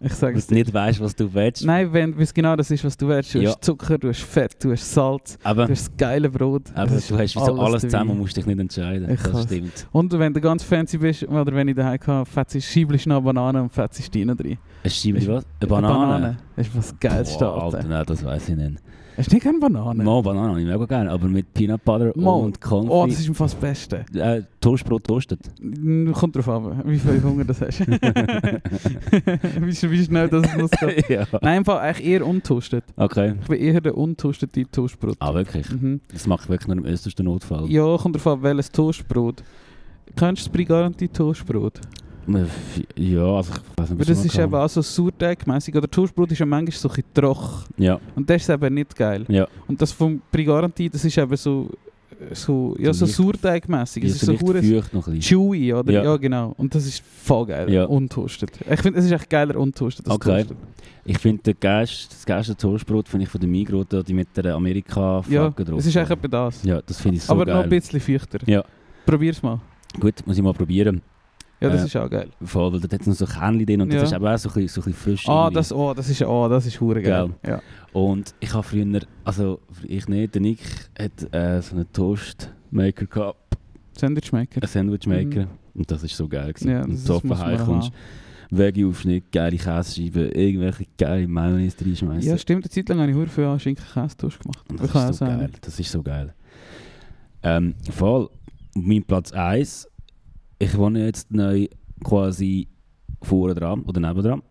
[SPEAKER 2] Ich sage
[SPEAKER 3] Wenn
[SPEAKER 2] es
[SPEAKER 3] du nicht weißt, was du willst.
[SPEAKER 2] Nein, wenn es genau das ist, was du willst. Du
[SPEAKER 3] Ja.
[SPEAKER 2] hast Zucker, du hast Fett, du hast Salz,
[SPEAKER 3] Aber,
[SPEAKER 2] du hast das geile Brot.
[SPEAKER 3] aber
[SPEAKER 2] Es
[SPEAKER 3] du
[SPEAKER 2] ist
[SPEAKER 3] hast wie so
[SPEAKER 2] alles
[SPEAKER 3] alles zusammen
[SPEAKER 2] dabei.
[SPEAKER 3] und musst dich nicht entscheiden.
[SPEAKER 2] Ich
[SPEAKER 3] das
[SPEAKER 2] hasse-
[SPEAKER 3] stimmt.
[SPEAKER 2] Und wenn du ganz fancy bist, oder wenn ich daheim kann, fetze ich schiebelst noch Banane und fetze ich Steine drin.
[SPEAKER 3] Ein Schiebli,
[SPEAKER 2] Ist-
[SPEAKER 3] was? Eine Banane?
[SPEAKER 2] Das ist was geiles
[SPEAKER 3] Boah, Alter,
[SPEAKER 2] Starten.
[SPEAKER 3] nein, das weiß ich nicht.
[SPEAKER 2] Hast du nicht gerne Banane?
[SPEAKER 3] Mo, Banane habe ich mega gerne, aber mit Peanut Butter
[SPEAKER 2] Mo.
[SPEAKER 3] und Konfi.
[SPEAKER 2] oh, das ist im Fall das Beste.
[SPEAKER 3] äh, Toastbrot toastet.
[SPEAKER 2] *laughs* Mm, Kommt drauf an, wie viel Hunger das hast. *laughs* wie, sch- wie schnell das muss
[SPEAKER 3] *laughs*
[SPEAKER 2] gehen.
[SPEAKER 3] ja.
[SPEAKER 2] Nein, im Fall eigentlich eher untoastet.
[SPEAKER 3] Okay.
[SPEAKER 2] Ich bin eher der untoastete Toastbrot.
[SPEAKER 3] Ah, wirklich?
[SPEAKER 2] Mhm.
[SPEAKER 3] Das mache ich wirklich nur im äußersten Notfall.
[SPEAKER 2] Ja, kommt drauf an, welches Toastbrot. Kennst du das Brigaranti Toastbrot?
[SPEAKER 3] Äh, Ja, also ich weiß nicht,
[SPEAKER 2] Aber
[SPEAKER 3] was
[SPEAKER 2] das
[SPEAKER 3] man
[SPEAKER 2] ist
[SPEAKER 3] kann.
[SPEAKER 2] eben auch so sauerteigmässig. Oder Toastbrot ist ja manchmal so ein bisschen troch.
[SPEAKER 3] Ja,
[SPEAKER 2] Und das ist eben nicht geil.
[SPEAKER 3] Ja.
[SPEAKER 2] Und das vom Brigaranti, das ist eben so, so, ja, so
[SPEAKER 3] So leicht-
[SPEAKER 2] sauerteigmässig. Es
[SPEAKER 3] ist
[SPEAKER 2] ist so
[SPEAKER 3] so
[SPEAKER 2] hure
[SPEAKER 3] feucht noch ein bisschen.
[SPEAKER 2] chewy, oder? Ja.
[SPEAKER 3] Ja.
[SPEAKER 2] genau. Und das ist voll geil.
[SPEAKER 3] Ja. Ah,
[SPEAKER 2] Untoastet. Ich finde, es ist echt geiler untoastet als
[SPEAKER 3] Okay.
[SPEAKER 2] toasted.
[SPEAKER 3] Ich finde den Geist, das geilste Toastbrot finde ich von der Migros, da, die mit der Amerika-Flagge
[SPEAKER 2] Ja,
[SPEAKER 3] drauf.
[SPEAKER 2] es ist echt etwa das.
[SPEAKER 3] Ja, das finde ich so
[SPEAKER 2] Aber noch
[SPEAKER 3] geil.
[SPEAKER 2] ein bisschen feuchter.
[SPEAKER 3] Ja.
[SPEAKER 2] Probier's mal.
[SPEAKER 3] Gut, muss ich mal probieren.
[SPEAKER 2] Ja, das
[SPEAKER 3] Äh,
[SPEAKER 2] ist auch geil.
[SPEAKER 3] Voll, weil dort hat es noch so Kernchen drin und
[SPEAKER 2] Ja.
[SPEAKER 3] das ist eben auch so ein bisschen, so ein bisschen frisch.
[SPEAKER 2] Ah,
[SPEAKER 3] irgendwie.
[SPEAKER 2] das, oh, das ist, oh, das ist hure geil. Ja.
[SPEAKER 3] Und ich habe früher, also ich nicht, der Nick hat äh, so einen Toastmaker gehabt,
[SPEAKER 2] Sandwichmaker.
[SPEAKER 3] einen Sandwichmaker. Und das ist so geil. Gewesen.
[SPEAKER 2] Mhm. Ja,
[SPEAKER 3] und
[SPEAKER 2] das,
[SPEAKER 3] so
[SPEAKER 2] muss man
[SPEAKER 3] daheim kommst,
[SPEAKER 2] haben.
[SPEAKER 3] Veggie-Aufschnitt, geile Käsescheiben, irgendwelche geile Mayonnaise reinschmeißen.
[SPEAKER 2] Ja, stimmt. Eine Zeit lang habe ich hure viel an Schinken-Käse-Toast gemacht.
[SPEAKER 3] Und
[SPEAKER 2] Ich
[SPEAKER 3] das
[SPEAKER 2] kann
[SPEAKER 3] ist so
[SPEAKER 2] auch sagen.
[SPEAKER 3] geil. Das ist so geil. Ähm, voll. Mein Platz 1. Ich wohne jetzt neu quasi vorne dran oder neben dran.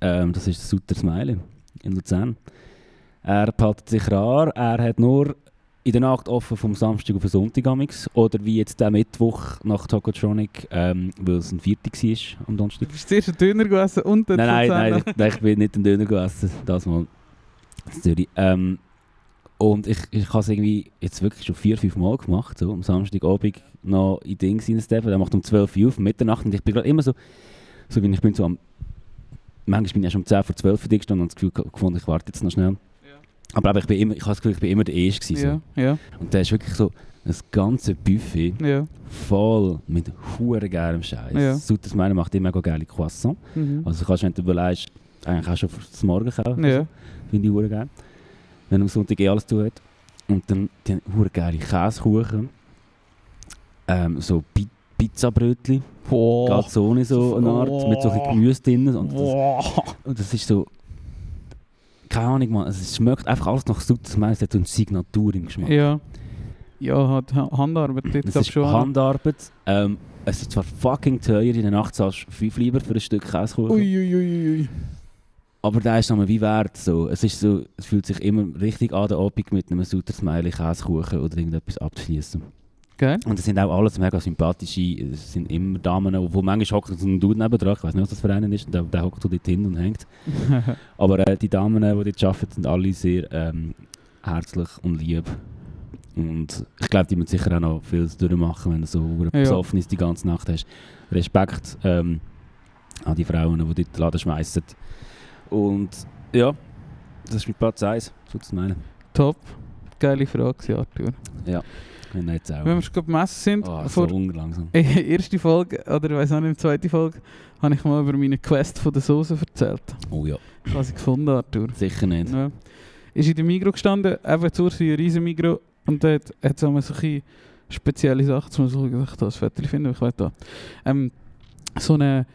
[SPEAKER 3] Ähm, das ist der Sutter Smiley in Luzern. Er behaltet sich rar. Er hat nur in der Nacht offen vom Samstag auf den Sonntag amix. Oder wie jetzt am Mittwoch nach Tokotronic, ähm, weil es ein Viertag war am Donnerstag.
[SPEAKER 2] Du bist zuerst einen Döner gegessen und dann
[SPEAKER 3] Nein, nein,
[SPEAKER 2] Susanne.
[SPEAKER 3] nein, ich, nein, ich bin nicht den Döner gegessen, das mal in Zürich. Ähm, und ich, ich habe es irgendwie jetzt wirklich schon vier, fünf Mal gemacht, so am Samstagabend noch in Dings reinsteppen. Der macht um 12 Uhr auf, Mitternacht und ich bin gerade immer so, so wie ich bin so am, manchmal bin ich erst um 10 vor 12 Uhr da gestanden und das Gefühl ge- gefunden, ich warte jetzt noch schnell. Aber, eben, ich, bin immer, ich habe das Gefühl, ich bin immer der Erste gewesen,
[SPEAKER 2] Ja, ja,
[SPEAKER 3] so. Und der ist wirklich so ein ganzes Buffet
[SPEAKER 2] ja.
[SPEAKER 3] voll mit hure geilem Scheiß.
[SPEAKER 2] Ja.
[SPEAKER 3] Ja. Sutters Meiner macht immer mega geile Croissants.
[SPEAKER 2] Mhm.
[SPEAKER 3] Also kannst du, wenn du überlegst, eigentlich auch schon fürs Morgen kaufen.
[SPEAKER 2] Ja,
[SPEAKER 3] Finde ich hure geil. Wenn am Sonntag eh alles zu hat. Und dann die haben hure geile Käsekuchen. Ähm, so Pi Pizzabrötchen.
[SPEAKER 2] Boah.
[SPEAKER 3] Gazzone so eine Art.
[SPEAKER 2] oh.
[SPEAKER 3] Mit so ein bisschen Gemüse drin. Und das,
[SPEAKER 2] Boah.
[SPEAKER 3] und das ist so... Keine Ahnung, man. Es schmeckt einfach alles nach Sutters Meister. Es hat so eine Signatur im Geschmack.
[SPEAKER 2] Ja. Ja, hat Ha- Handarbeit dort
[SPEAKER 3] Es
[SPEAKER 2] gab
[SPEAKER 3] ist
[SPEAKER 2] schon. an.
[SPEAKER 3] Handarbeit. Ähm, es ist zwar fucking teuer. In der Nacht zahlst du 5 lieber für ein Stück Käsekuchen.
[SPEAKER 2] Ui, ui, ui, ui.
[SPEAKER 3] Aber der ist nochmal wie wert. So. Es, ist so, es fühlt sich immer richtig an, der Abend mit einem Sutter Smiley Käsekuchen oder irgendetwas abzuschließen.
[SPEAKER 2] Geil.
[SPEAKER 3] Und es sind auch alles mega sympathische. Es sind immer Damen, wo manchmal hockt so ein Dude nebendran. Ich weiß nicht, was das für einen ist. Und der, der hockt so dort hin
[SPEAKER 2] *laughs*
[SPEAKER 3] und hängt. Aber äh, die Damen, die dort arbeiten, sind alle sehr ähm, herzlich und lieb. Und ich glaube, die müssen sicher auch noch viel durchmachen, wenn du so hure
[SPEAKER 2] Ja.
[SPEAKER 3] besoffen ist die ganze Nacht hast. Respekt ähm, an die Frauen, die dort den Laden schmeißen. Und ja, das ist mein Platz 1, so zu meinen.
[SPEAKER 2] Top. Geile Frage, gewesen, Arthur.
[SPEAKER 3] Ja. Wenn nicht sauer.
[SPEAKER 2] Wenn wir schon gerade gemessen sind,
[SPEAKER 3] Oh, so
[SPEAKER 2] vor *laughs* Eh,
[SPEAKER 3] hunger langsam.
[SPEAKER 2] erste Folge, oder weiß auch nicht, zweite Folge, habe ich mal über meine Quest von der Soße erzählt.
[SPEAKER 3] Oh ja,
[SPEAKER 2] Was ich gefunden habe, Arthur.
[SPEAKER 3] sicher nicht.
[SPEAKER 2] Ja. Ist in der Migro gestanden, eben zu Ursi, ein riesen Migro. Und dort hat es einmal so ein spezielle Sachen, zum Beispiel gedacht, das Vettel finden, ich weiß da. Ähm, so eine,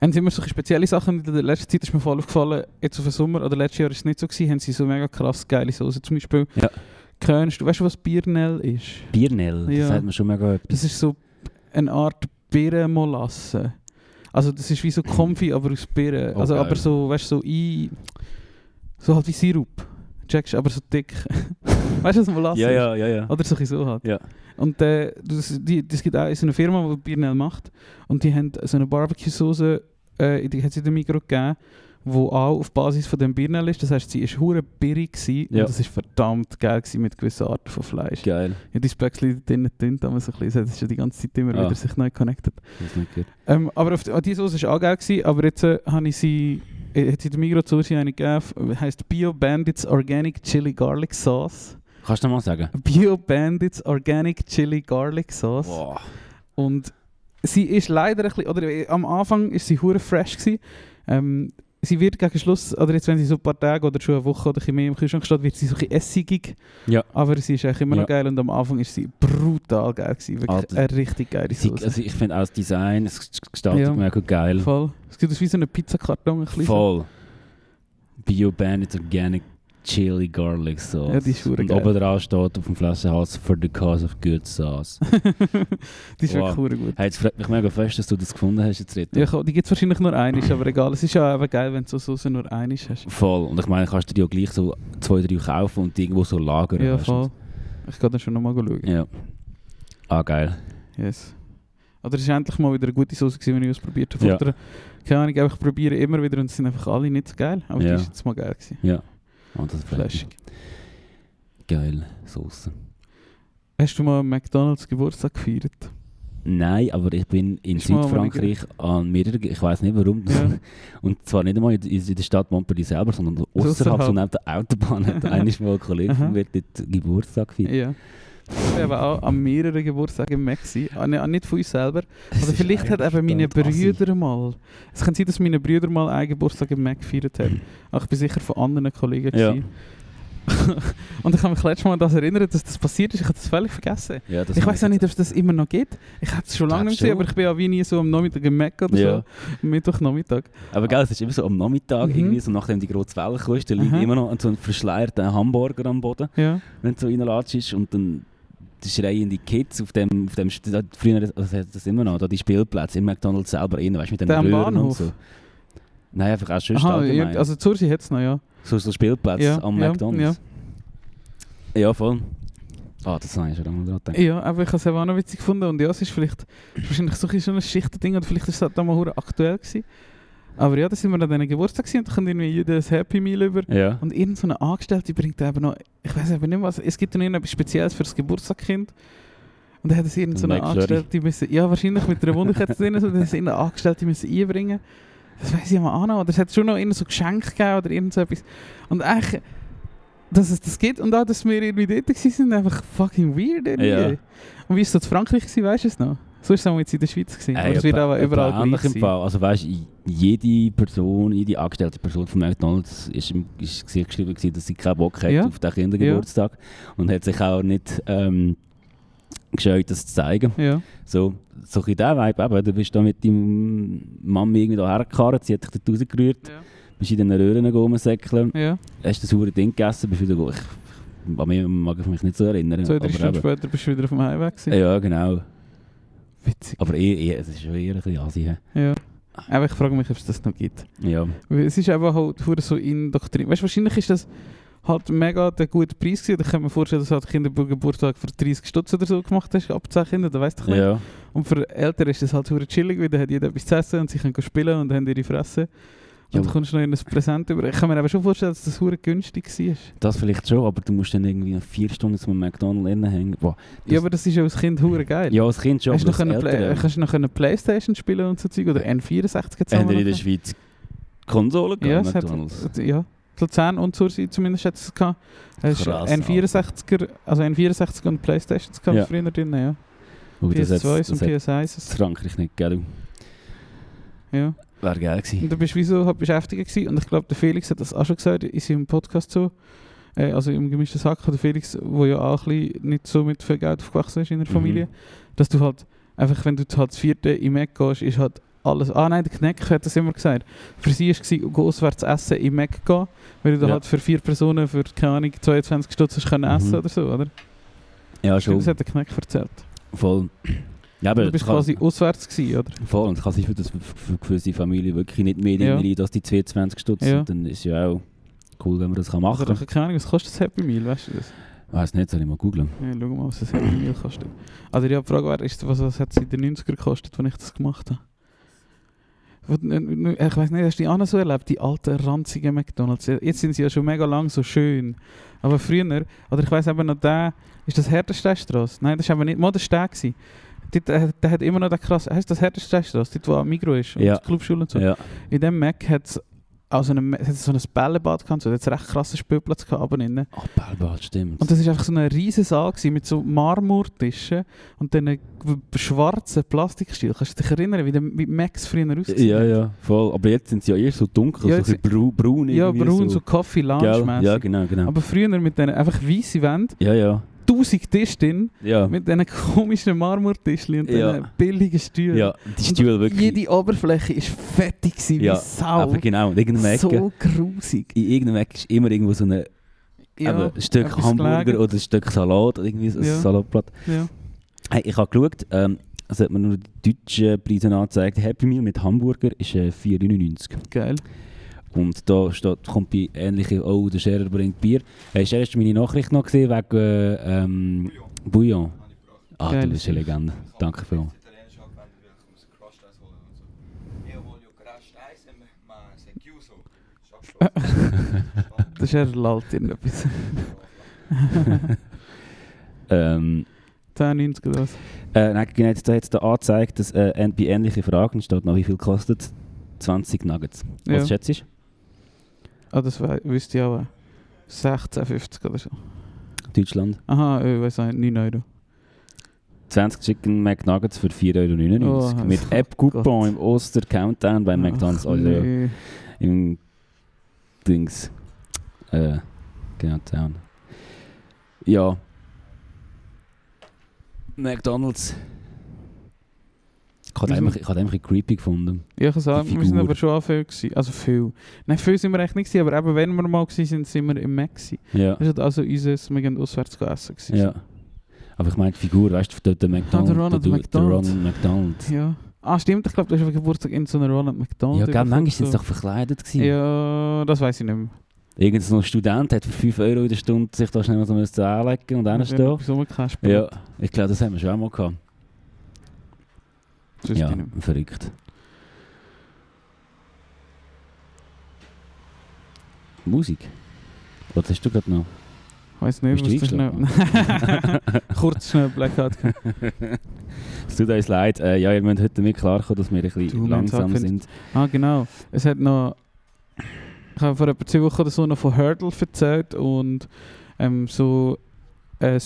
[SPEAKER 2] haben sie immer so spezielle Sachen, in der letzten Zeit ist mir voll aufgefallen, jetzt auf den Sommer, oder letztes Jahr ist es nicht so gewesen, haben sie so mega krass geile Soße, zum Beispiel
[SPEAKER 3] Ja.
[SPEAKER 2] Könst, du weißt du, was Biernell ist?
[SPEAKER 3] Biernell,
[SPEAKER 2] Ja.
[SPEAKER 3] das hat man schon mega etwas.
[SPEAKER 2] Das ist so eine Art Birnenmolasse. Also das ist wie so Konfi, aber aus Birnen.
[SPEAKER 3] Oh,
[SPEAKER 2] also
[SPEAKER 3] geil.
[SPEAKER 2] aber so, weißt du, so ein... So halt wie Sirup. Checkst aber so dick. *laughs* weißt du, was Molasse
[SPEAKER 3] Ja,
[SPEAKER 2] ist?
[SPEAKER 3] ja, ja, ja.
[SPEAKER 2] Oder so ein bisschen so halt.
[SPEAKER 3] Ja.
[SPEAKER 2] Und äh, das, die, das gibt auch so eine Firma, die Birnell macht. Und die haben so eine Barbecue-Soße, äh, die hat sie in der Mikro gegeben, die auch auf Basis von dem Birnell ist. Das heisst, sie war hure birrig gewesen
[SPEAKER 3] Ja.
[SPEAKER 2] und das war verdammt geil gewesen mit gewissen Arten von Fleisch.
[SPEAKER 3] Geil.
[SPEAKER 2] Ja, die Spöckchen drinnen tönt aber so ein bisschen. Es hat schon die ganze Zeit immer
[SPEAKER 3] Ah.
[SPEAKER 2] wieder sich neu connected.
[SPEAKER 3] Das ist nicht gut.
[SPEAKER 2] Ähm, aber auf die, ah, die Soße war auch geil, gewesen, aber jetzt äh, habe ich sie, äh, hat sie den Migros zu eine gegeben, äh, heisst Bio Bandits Organic Chili Garlic Sauce.
[SPEAKER 3] Kannst du noch mal sagen?
[SPEAKER 2] Bio Bandits Organic Chili Garlic Sauce.
[SPEAKER 3] Boah.
[SPEAKER 2] Und sie ist leider ein bisschen, oder äh, am Anfang ist sie hure fresh gewesen. Ähm, sie wird gegen Schluss, oder jetzt wenn sie so ein paar Tage oder schon eine Woche oder ein bisschen mehr im Kühlschrank steht, wird sie so ein bisschen essigig.
[SPEAKER 3] Ja.
[SPEAKER 2] Aber sie ist eigentlich immer
[SPEAKER 3] Ja.
[SPEAKER 2] noch geil und am Anfang ist sie brutal geil gewesen. Wirklich
[SPEAKER 3] Alter.
[SPEAKER 2] eine richtig geile
[SPEAKER 3] Sie,
[SPEAKER 2] Soße.
[SPEAKER 3] also ich finde auch das Design, das G- Gestaltung
[SPEAKER 2] Ja.
[SPEAKER 3] mega geil.
[SPEAKER 2] Voll. Es gibt aus wie so einen Pizzakarton ein bisschen.
[SPEAKER 3] Voll. Bio Bandit Organic Chili Garlic Sauce.
[SPEAKER 2] Ja, die ist verdammt
[SPEAKER 3] Und
[SPEAKER 2] geil.
[SPEAKER 3] oben drauf steht auf dem Flaschenhals for the cause of
[SPEAKER 2] *laughs*
[SPEAKER 3] good sauce.
[SPEAKER 2] *laughs* die ist
[SPEAKER 3] Wow.
[SPEAKER 2] wirklich wow. gut.
[SPEAKER 3] hey, es freut mich mega fest, dass du das gefunden hast jetzt, Ritter.
[SPEAKER 2] Ja, komm, die gibt es wahrscheinlich nur eine, aber egal. Es ist ja eben geil, wenn du so Soße nur eine hast.
[SPEAKER 3] Voll. Und ich meine, kannst du dir ja gleich so zwei, drei kaufen und die irgendwo so lagern.
[SPEAKER 2] Ja,
[SPEAKER 3] weißt du?
[SPEAKER 2] voll. Ich kann dann schon nochmal schauen.
[SPEAKER 3] Ja. Ah, geil.
[SPEAKER 2] Yes. Oder es war endlich mal wieder eine gute Soße, gewesen, wenn ich es probiert habe.
[SPEAKER 3] Ja.
[SPEAKER 2] Oder, keine Ahnung, einfach probiere immer wieder und es sind einfach alle nicht so geil. Aber
[SPEAKER 3] Ja.
[SPEAKER 2] die ist jetzt mal geil gewesen.
[SPEAKER 3] Und das freut mich.
[SPEAKER 2] Flashig.
[SPEAKER 3] Geil. Sauce.
[SPEAKER 2] Hast du mal McDonalds Geburtstag gefeiert?
[SPEAKER 3] Nein, aber ich bin in
[SPEAKER 2] Ist mal
[SPEAKER 3] Südfrankreich an mehreren, ich weiß nicht warum,
[SPEAKER 2] Ja.
[SPEAKER 3] und zwar nicht einmal in, in der Stadt Montpellier selber, sondern außerhalb,
[SPEAKER 2] Ausserhalb.
[SPEAKER 3] so neben der
[SPEAKER 2] *laughs*
[SPEAKER 3] Autobahn, hat eigentlich mal ein Kollege von
[SPEAKER 2] Aha.
[SPEAKER 3] mir dort Geburtstag gefeiert.
[SPEAKER 2] ja. Ich war eben auch an mehreren Geburtstagen im Mac. gewesen. Ah, ne, Nicht von uns selber.
[SPEAKER 3] Es
[SPEAKER 2] Oder
[SPEAKER 3] ist
[SPEAKER 2] vielleicht hat
[SPEAKER 3] eigentlich
[SPEAKER 2] eben meine
[SPEAKER 3] verdammt assi.
[SPEAKER 2] Brüder mal. Es kann sein, dass meine Brüder mal einen Geburtstag im Mac gefeiert
[SPEAKER 3] *clears throat*
[SPEAKER 2] haben. Aber ich bin sicher von anderen Kollegen.
[SPEAKER 3] Ja.
[SPEAKER 2] gewesen. *laughs* und ich habe mich letztes Mal an das erinnert, dass das passiert ist. Ich habe das völlig vergessen.
[SPEAKER 3] Ja, das
[SPEAKER 2] ich
[SPEAKER 3] kann
[SPEAKER 2] weiß auch nicht, ob es das immer noch gibt. Ich hätte es schon
[SPEAKER 3] Ich
[SPEAKER 2] lange
[SPEAKER 3] glaub
[SPEAKER 2] nicht gesehen,
[SPEAKER 3] schon.
[SPEAKER 2] aber ich bin ja wie nie so am Nachmittag im Mac oder
[SPEAKER 3] Ja.
[SPEAKER 2] so. Mittwochnachmittag.
[SPEAKER 3] Aber gell, es ist immer so am Nachmittag,
[SPEAKER 2] Mhm.
[SPEAKER 3] irgendwie so nachdem die große Welle kam, ist, da liegt
[SPEAKER 2] Aha.
[SPEAKER 3] immer noch so ein verschleierter Hamburger am Boden,
[SPEAKER 2] Ja.
[SPEAKER 3] wenn du so reinlatschst und dann die schreiende Kids auf dem, auf dem St- da- früher also hat das immer noch, da die Spielplätze im McDonalds selber rein, weißt du, mit den
[SPEAKER 2] Der am
[SPEAKER 3] Röhren und
[SPEAKER 2] Bahnhof?
[SPEAKER 3] so. Nein, einfach auch sonst
[SPEAKER 2] Aha,
[SPEAKER 3] allgemein.
[SPEAKER 2] irgend- also Zürich hat es noch, nou, ja.
[SPEAKER 3] So, so Spielplätze
[SPEAKER 2] Ja,
[SPEAKER 3] am
[SPEAKER 2] ja,
[SPEAKER 3] McDonalds. Ja, voll. Ah, das habe ich schon lange dran gedacht.
[SPEAKER 2] Ja, aber ich habe es eben auch noch witzig gefunden. Und ja, es ist vielleicht es ist wahrscheinlich so ein bisschen so ein Schichtending und vielleicht ist es halt auch mal hure aktuell gewesen. Aber ja, da sind wir an diesen Geburtstag gewesen und da kommt irgendwie jeder ein Happy Meal über.
[SPEAKER 3] Ja.
[SPEAKER 2] Und irgend so eine Angestellte bringt eben noch, ich weiß eben nicht was, es gibt dann irgendetwas Spezielles für das Geburtstagskind. Und dann hat es irgend so eine
[SPEAKER 3] McFlurry.
[SPEAKER 2] Angestellte müssen, ja wahrscheinlich mit einer Wunderkette drin, und dann hat es irgendeine Angestellte müssen einbringen. Das weiß ich mal auch noch. Oder es hat schon noch irgendein so Geschenk gegeben oder irgend so etwas. Und eigentlich, dass es das gibt und auch, dass wir irgendwie dort waren, sind einfach fucking weird irgendwie.
[SPEAKER 3] Ja.
[SPEAKER 2] Und wie ist das in Frankreich gewesen, weißt du es noch? So ist es auch jetzt in der Schweiz gewesen.
[SPEAKER 3] Ey,
[SPEAKER 2] aber es wird
[SPEAKER 3] etwa-
[SPEAKER 2] aber
[SPEAKER 3] etwa
[SPEAKER 2] überall
[SPEAKER 3] ähnlich
[SPEAKER 2] gleich sein.
[SPEAKER 3] im Fall. Also weißt du, jede Person, jede angestellte Person von McDonalds ist im ist Gesicht geschrieben, gewesen, dass sie keinen Bock hat
[SPEAKER 2] Ja.
[SPEAKER 3] auf den Kindergeburtstag und hat sich auch nicht ähm, gescheut, das zu zeigen.
[SPEAKER 2] Ja.
[SPEAKER 3] So, so ein der Vibe, eben, du bist da mit deinem Mami irgendwie da hergekarrt, sie hat dich dort rausgerührt, bist in den Röhren rumgesäckelt,
[SPEAKER 2] ja.
[SPEAKER 3] hast das hure Ding gegessen, bist wieder gut. Ich, an mich mag ich mich nicht so erinnern.
[SPEAKER 2] Zwei, drei
[SPEAKER 3] aber
[SPEAKER 2] Stunden
[SPEAKER 3] eben-
[SPEAKER 2] später bist du wieder auf dem Heimweg gewesen.
[SPEAKER 3] Ja, genau.
[SPEAKER 2] Witzig.
[SPEAKER 3] Aber eher, eher, es ist schon eher ein bisschen Asi. hä?
[SPEAKER 2] Ja.
[SPEAKER 3] Ah.
[SPEAKER 2] Aber ich frage mich, ob es das noch gibt.
[SPEAKER 3] Ja.
[SPEAKER 2] Weil es ist einfach halt hure so indoktriniert. Weißt du, wahrscheinlich ist das halt mega der gute Preis gewesen. Ich kann mir vorstellen, dass du halt Kindergeburtstag für 30 Stutz oder so gemacht hast, ab 10 Kinder, da weißt du nicht.
[SPEAKER 3] ja.
[SPEAKER 2] Und für Eltern ist das halt hure chillig, weil da hat jeder etwas zu essen und sie können spielen und haben ihre Fresse.
[SPEAKER 3] Ja.
[SPEAKER 2] Und du kommst noch in ein Präsent über. Ich kann mir aber schon vorstellen, dass das hure günstig war.
[SPEAKER 3] Das vielleicht schon, aber du musst dann irgendwie noch vier Stunden zum McDonald's hängen. Boah.
[SPEAKER 2] Ja, aber das ist ja als Kind hure geil.
[SPEAKER 3] Ja, als Kind schon,
[SPEAKER 2] Hast du
[SPEAKER 3] aber
[SPEAKER 2] noch eine
[SPEAKER 3] als
[SPEAKER 2] Play
[SPEAKER 3] Eltern...
[SPEAKER 2] kannst du noch eine Playstation spielen und so Zeug? Oder N64 hat's auch
[SPEAKER 3] Haben
[SPEAKER 2] noch
[SPEAKER 3] die in der
[SPEAKER 2] gegeben.
[SPEAKER 3] Schweiz Konsolen
[SPEAKER 2] Ja,
[SPEAKER 3] gehabt,
[SPEAKER 2] es äh,
[SPEAKER 3] McDonalds?
[SPEAKER 2] hat, ja, Luzern und Zürich zumindest hat es gehabt. Es ist
[SPEAKER 3] Krass,
[SPEAKER 2] N64er, also N64 und Playstations gehabt
[SPEAKER 3] Ja.
[SPEAKER 2] früher drin, ja.
[SPEAKER 3] Wobei, das hat-
[SPEAKER 2] PS2 und
[SPEAKER 3] das hat
[SPEAKER 2] PS1.
[SPEAKER 3] Frankreich nicht, gell?
[SPEAKER 2] Ja.
[SPEAKER 3] Wäre geil gewesen.
[SPEAKER 2] Und da bist du wie so halt beschäftigt gewesen. Und ich glaube, der Felix hat das auch schon gesagt in seinem Podcast so. Äh, also im gemischten Sack hat der Felix, wo ja auch ein bisschen nicht so mit viel Geld aufgewachsen ist in der
[SPEAKER 3] Mhm.
[SPEAKER 2] Familie, dass du halt einfach, wenn du halt das vierte im Mac gehst, ist halt alles. Ah nein, der Kneck hat das immer gesagt. Für sie war es, geh auswärts essen im Mac gehen, weil du da
[SPEAKER 3] Ja.
[SPEAKER 2] halt für vier Personen für, keine Ahnung, 22 Stutz hast können
[SPEAKER 3] Mhm.
[SPEAKER 2] essen oder so, oder?
[SPEAKER 3] Ja, schon.
[SPEAKER 2] Das hat der Kneck erzählt.
[SPEAKER 3] Voll. Ja, aber
[SPEAKER 2] du bist
[SPEAKER 3] kann-
[SPEAKER 2] quasi auswärts gewesen, oder?
[SPEAKER 3] Voll, und kann sich für, das, für gewisse Familie wirklich nicht mehr
[SPEAKER 2] Ja.
[SPEAKER 3] ja. rein, dass die 22 Stutz
[SPEAKER 2] Ja.
[SPEAKER 3] sind. Dann ist ja auch cool, wenn man das kann machen
[SPEAKER 2] Oder
[SPEAKER 3] kann.
[SPEAKER 2] keine Ahnung, was kostet das Happy Meal, weißt du das?
[SPEAKER 3] Weiß nicht, soll ich mal googeln.
[SPEAKER 2] Ja, schau mal, was das Happy Meal kostet. Also die Frage wäre, ist, was, was hat es in den 90er gekostet, als ich das gemacht habe? Wo- n- n- Ich weiß nicht, hast du die auch noch so erlebt, die alten ranzigen McDonalds? Jetzt sind sie ja schon mega lang so schön. Aber früher, oder ich weiß eben noch der, ist das Herdensteinstrasse? Nein, das war eben nicht, mal der Stein. gewesen. Dort, äh, Der hat immer noch den krass, heißt das Herdensteinstrasse, dort wo auch Migro ist und
[SPEAKER 3] Ja.
[SPEAKER 2] die Clubschule und so.
[SPEAKER 3] Ja.
[SPEAKER 2] In dem Mac also hat es auch so einen- hat's so ein Bällebad gehabt, so, da hat's einen recht krassen Spielplatz gehabt, aber ne? innen.
[SPEAKER 3] Ach, Bellbad, stimmt.
[SPEAKER 2] Und das war einfach so ein riesen Saal gewesen, mit so Marmortischen und diesen g- schwarzen Plastikstiel. Kannst du dich erinnern, wie, der, wie Max früher aussieht?
[SPEAKER 3] ja, ja, voll. Aber jetzt sind sie ja eher so
[SPEAKER 2] Ja,
[SPEAKER 3] dunkel, so ein
[SPEAKER 2] jetzt-
[SPEAKER 3] bisschen brau- braun.
[SPEAKER 2] ja
[SPEAKER 3] irgendwie
[SPEAKER 2] braun, so Coffee lounge
[SPEAKER 3] Gell?
[SPEAKER 2] mäßig
[SPEAKER 3] Ja, genau, genau.
[SPEAKER 2] Aber früher mit diesen einfach weißen Wänden,
[SPEAKER 3] ja, ja.
[SPEAKER 2] 1000 Tisch drin,
[SPEAKER 3] Ja,
[SPEAKER 2] mit diesen komischen Marmortischchen und diesen
[SPEAKER 3] Ja.
[SPEAKER 2] billigen Stühlen.
[SPEAKER 3] ja die
[SPEAKER 2] Und
[SPEAKER 3] Stühle wirklich.
[SPEAKER 2] Jede Oberfläche war fettig gewesen,
[SPEAKER 3] Ja,
[SPEAKER 2] wie Sau.
[SPEAKER 3] Aber genau, in irgendeiner Ecke.
[SPEAKER 2] So grusig.
[SPEAKER 3] In irgendeiner Ecke ist immer irgendwo so eine, eben, ein Stück
[SPEAKER 2] etwas
[SPEAKER 3] Hamburger
[SPEAKER 2] gelagert.
[SPEAKER 3] oder ein Stück Salat oder irgendwie so ein
[SPEAKER 2] Ja.
[SPEAKER 3] Salatblatt.
[SPEAKER 2] ja.
[SPEAKER 3] Hey, ich habe geschaut, ähm, also hat man nur die deutschen Preise angezeigt. Happy Meal mit Hamburger ist äh, 4,99.
[SPEAKER 2] Geil.
[SPEAKER 3] Und da steht, kommt bei ähnliche, oh, der Scherer bringt Bier. Hast du erst meine Nachricht noch gesehen wegen äh, ähm, Bouillon? Ah,
[SPEAKER 2] Geil.
[SPEAKER 3] du bist eine Legende. Danke vielmals.
[SPEAKER 2] Das ist er lallt irgendetwas.
[SPEAKER 3] Ähm,
[SPEAKER 2] 10,90 oder was?
[SPEAKER 3] äh, nein, genau, jetzt- da hat es da angezeigt, dass äh, ähn- bei ähnlichen Fragen steht noch, wie viel kostet 20 Nuggets. Was
[SPEAKER 2] Ja.
[SPEAKER 3] schätzt du?
[SPEAKER 2] Ah, das wei- wüsste ich auch. 16,50 oder so.
[SPEAKER 3] Deutschland?
[SPEAKER 2] Aha, ich weiß nicht, 9 Euro.
[SPEAKER 3] 20 Chicken McNuggets für 4,99 Euro.
[SPEAKER 2] Oh,
[SPEAKER 3] Mit
[SPEAKER 2] Gott.
[SPEAKER 3] App-Coupon im Oster-Countdown bei McDonalds.
[SPEAKER 2] Ach,
[SPEAKER 3] Also
[SPEAKER 2] nee.
[SPEAKER 3] im Dings. Äh, Countdown. Ja. McDonalds. Ich habe
[SPEAKER 2] Wieso?
[SPEAKER 3] einfach, ich habe einfach ein creepy gefunden.
[SPEAKER 2] Ja, ich kann sagen,
[SPEAKER 3] Die
[SPEAKER 2] wir sind
[SPEAKER 3] Figur.
[SPEAKER 2] aber schon auch viel gewesen. Also viel. Nein, viel sind wir echt nicht gewesen, aber eben, wenn wir mal gewesen sind, sind wir im Mac gewesen.
[SPEAKER 3] Ja.
[SPEAKER 2] Das war also unser, wir gehen auswärts essen gewesen.
[SPEAKER 3] ja. Ah, Aber ich meine, die Figur, weißt du, der- der McDonald.
[SPEAKER 2] Ah, Ronald
[SPEAKER 3] der, der
[SPEAKER 2] McDonald.
[SPEAKER 3] Ronald McDonald.
[SPEAKER 2] Ja. Ah, stimmt, ich glaube, du hast auf Geburtstag in so einer Ronald McDonald.
[SPEAKER 3] Ja, gell, manchmal
[SPEAKER 2] überkommen,
[SPEAKER 3] sind sie doch verkleidet gewesen.
[SPEAKER 2] Ja, das weiß ich nicht mehr.
[SPEAKER 3] Irgend so ein Student hat für 5 Euro in der Stunde sich da schnell mal so müssen anlegen und hinstehen.
[SPEAKER 2] So ein
[SPEAKER 3] Ja, ich glaube, das haben wir schon einmal gehabt. Ja, verrückt. Musik? Was hast du gerade noch?
[SPEAKER 2] Weiß nicht, was
[SPEAKER 3] Bist
[SPEAKER 2] das
[SPEAKER 3] du
[SPEAKER 2] schnell. *laughs* Kurz schnell Blackout.
[SPEAKER 3] Es tut uns leid. Äh, ja, ihr müsst heute damit klarkommen, dass wir ein
[SPEAKER 2] Du,
[SPEAKER 3] bisschen
[SPEAKER 2] wir haben's
[SPEAKER 3] langsam
[SPEAKER 2] abgefunden.
[SPEAKER 3] sind.
[SPEAKER 2] Ah, genau. Es hat noch. Ich habe vor etwa zwei Wochen oder so noch von Hurdle erzählt und ähm, so ein.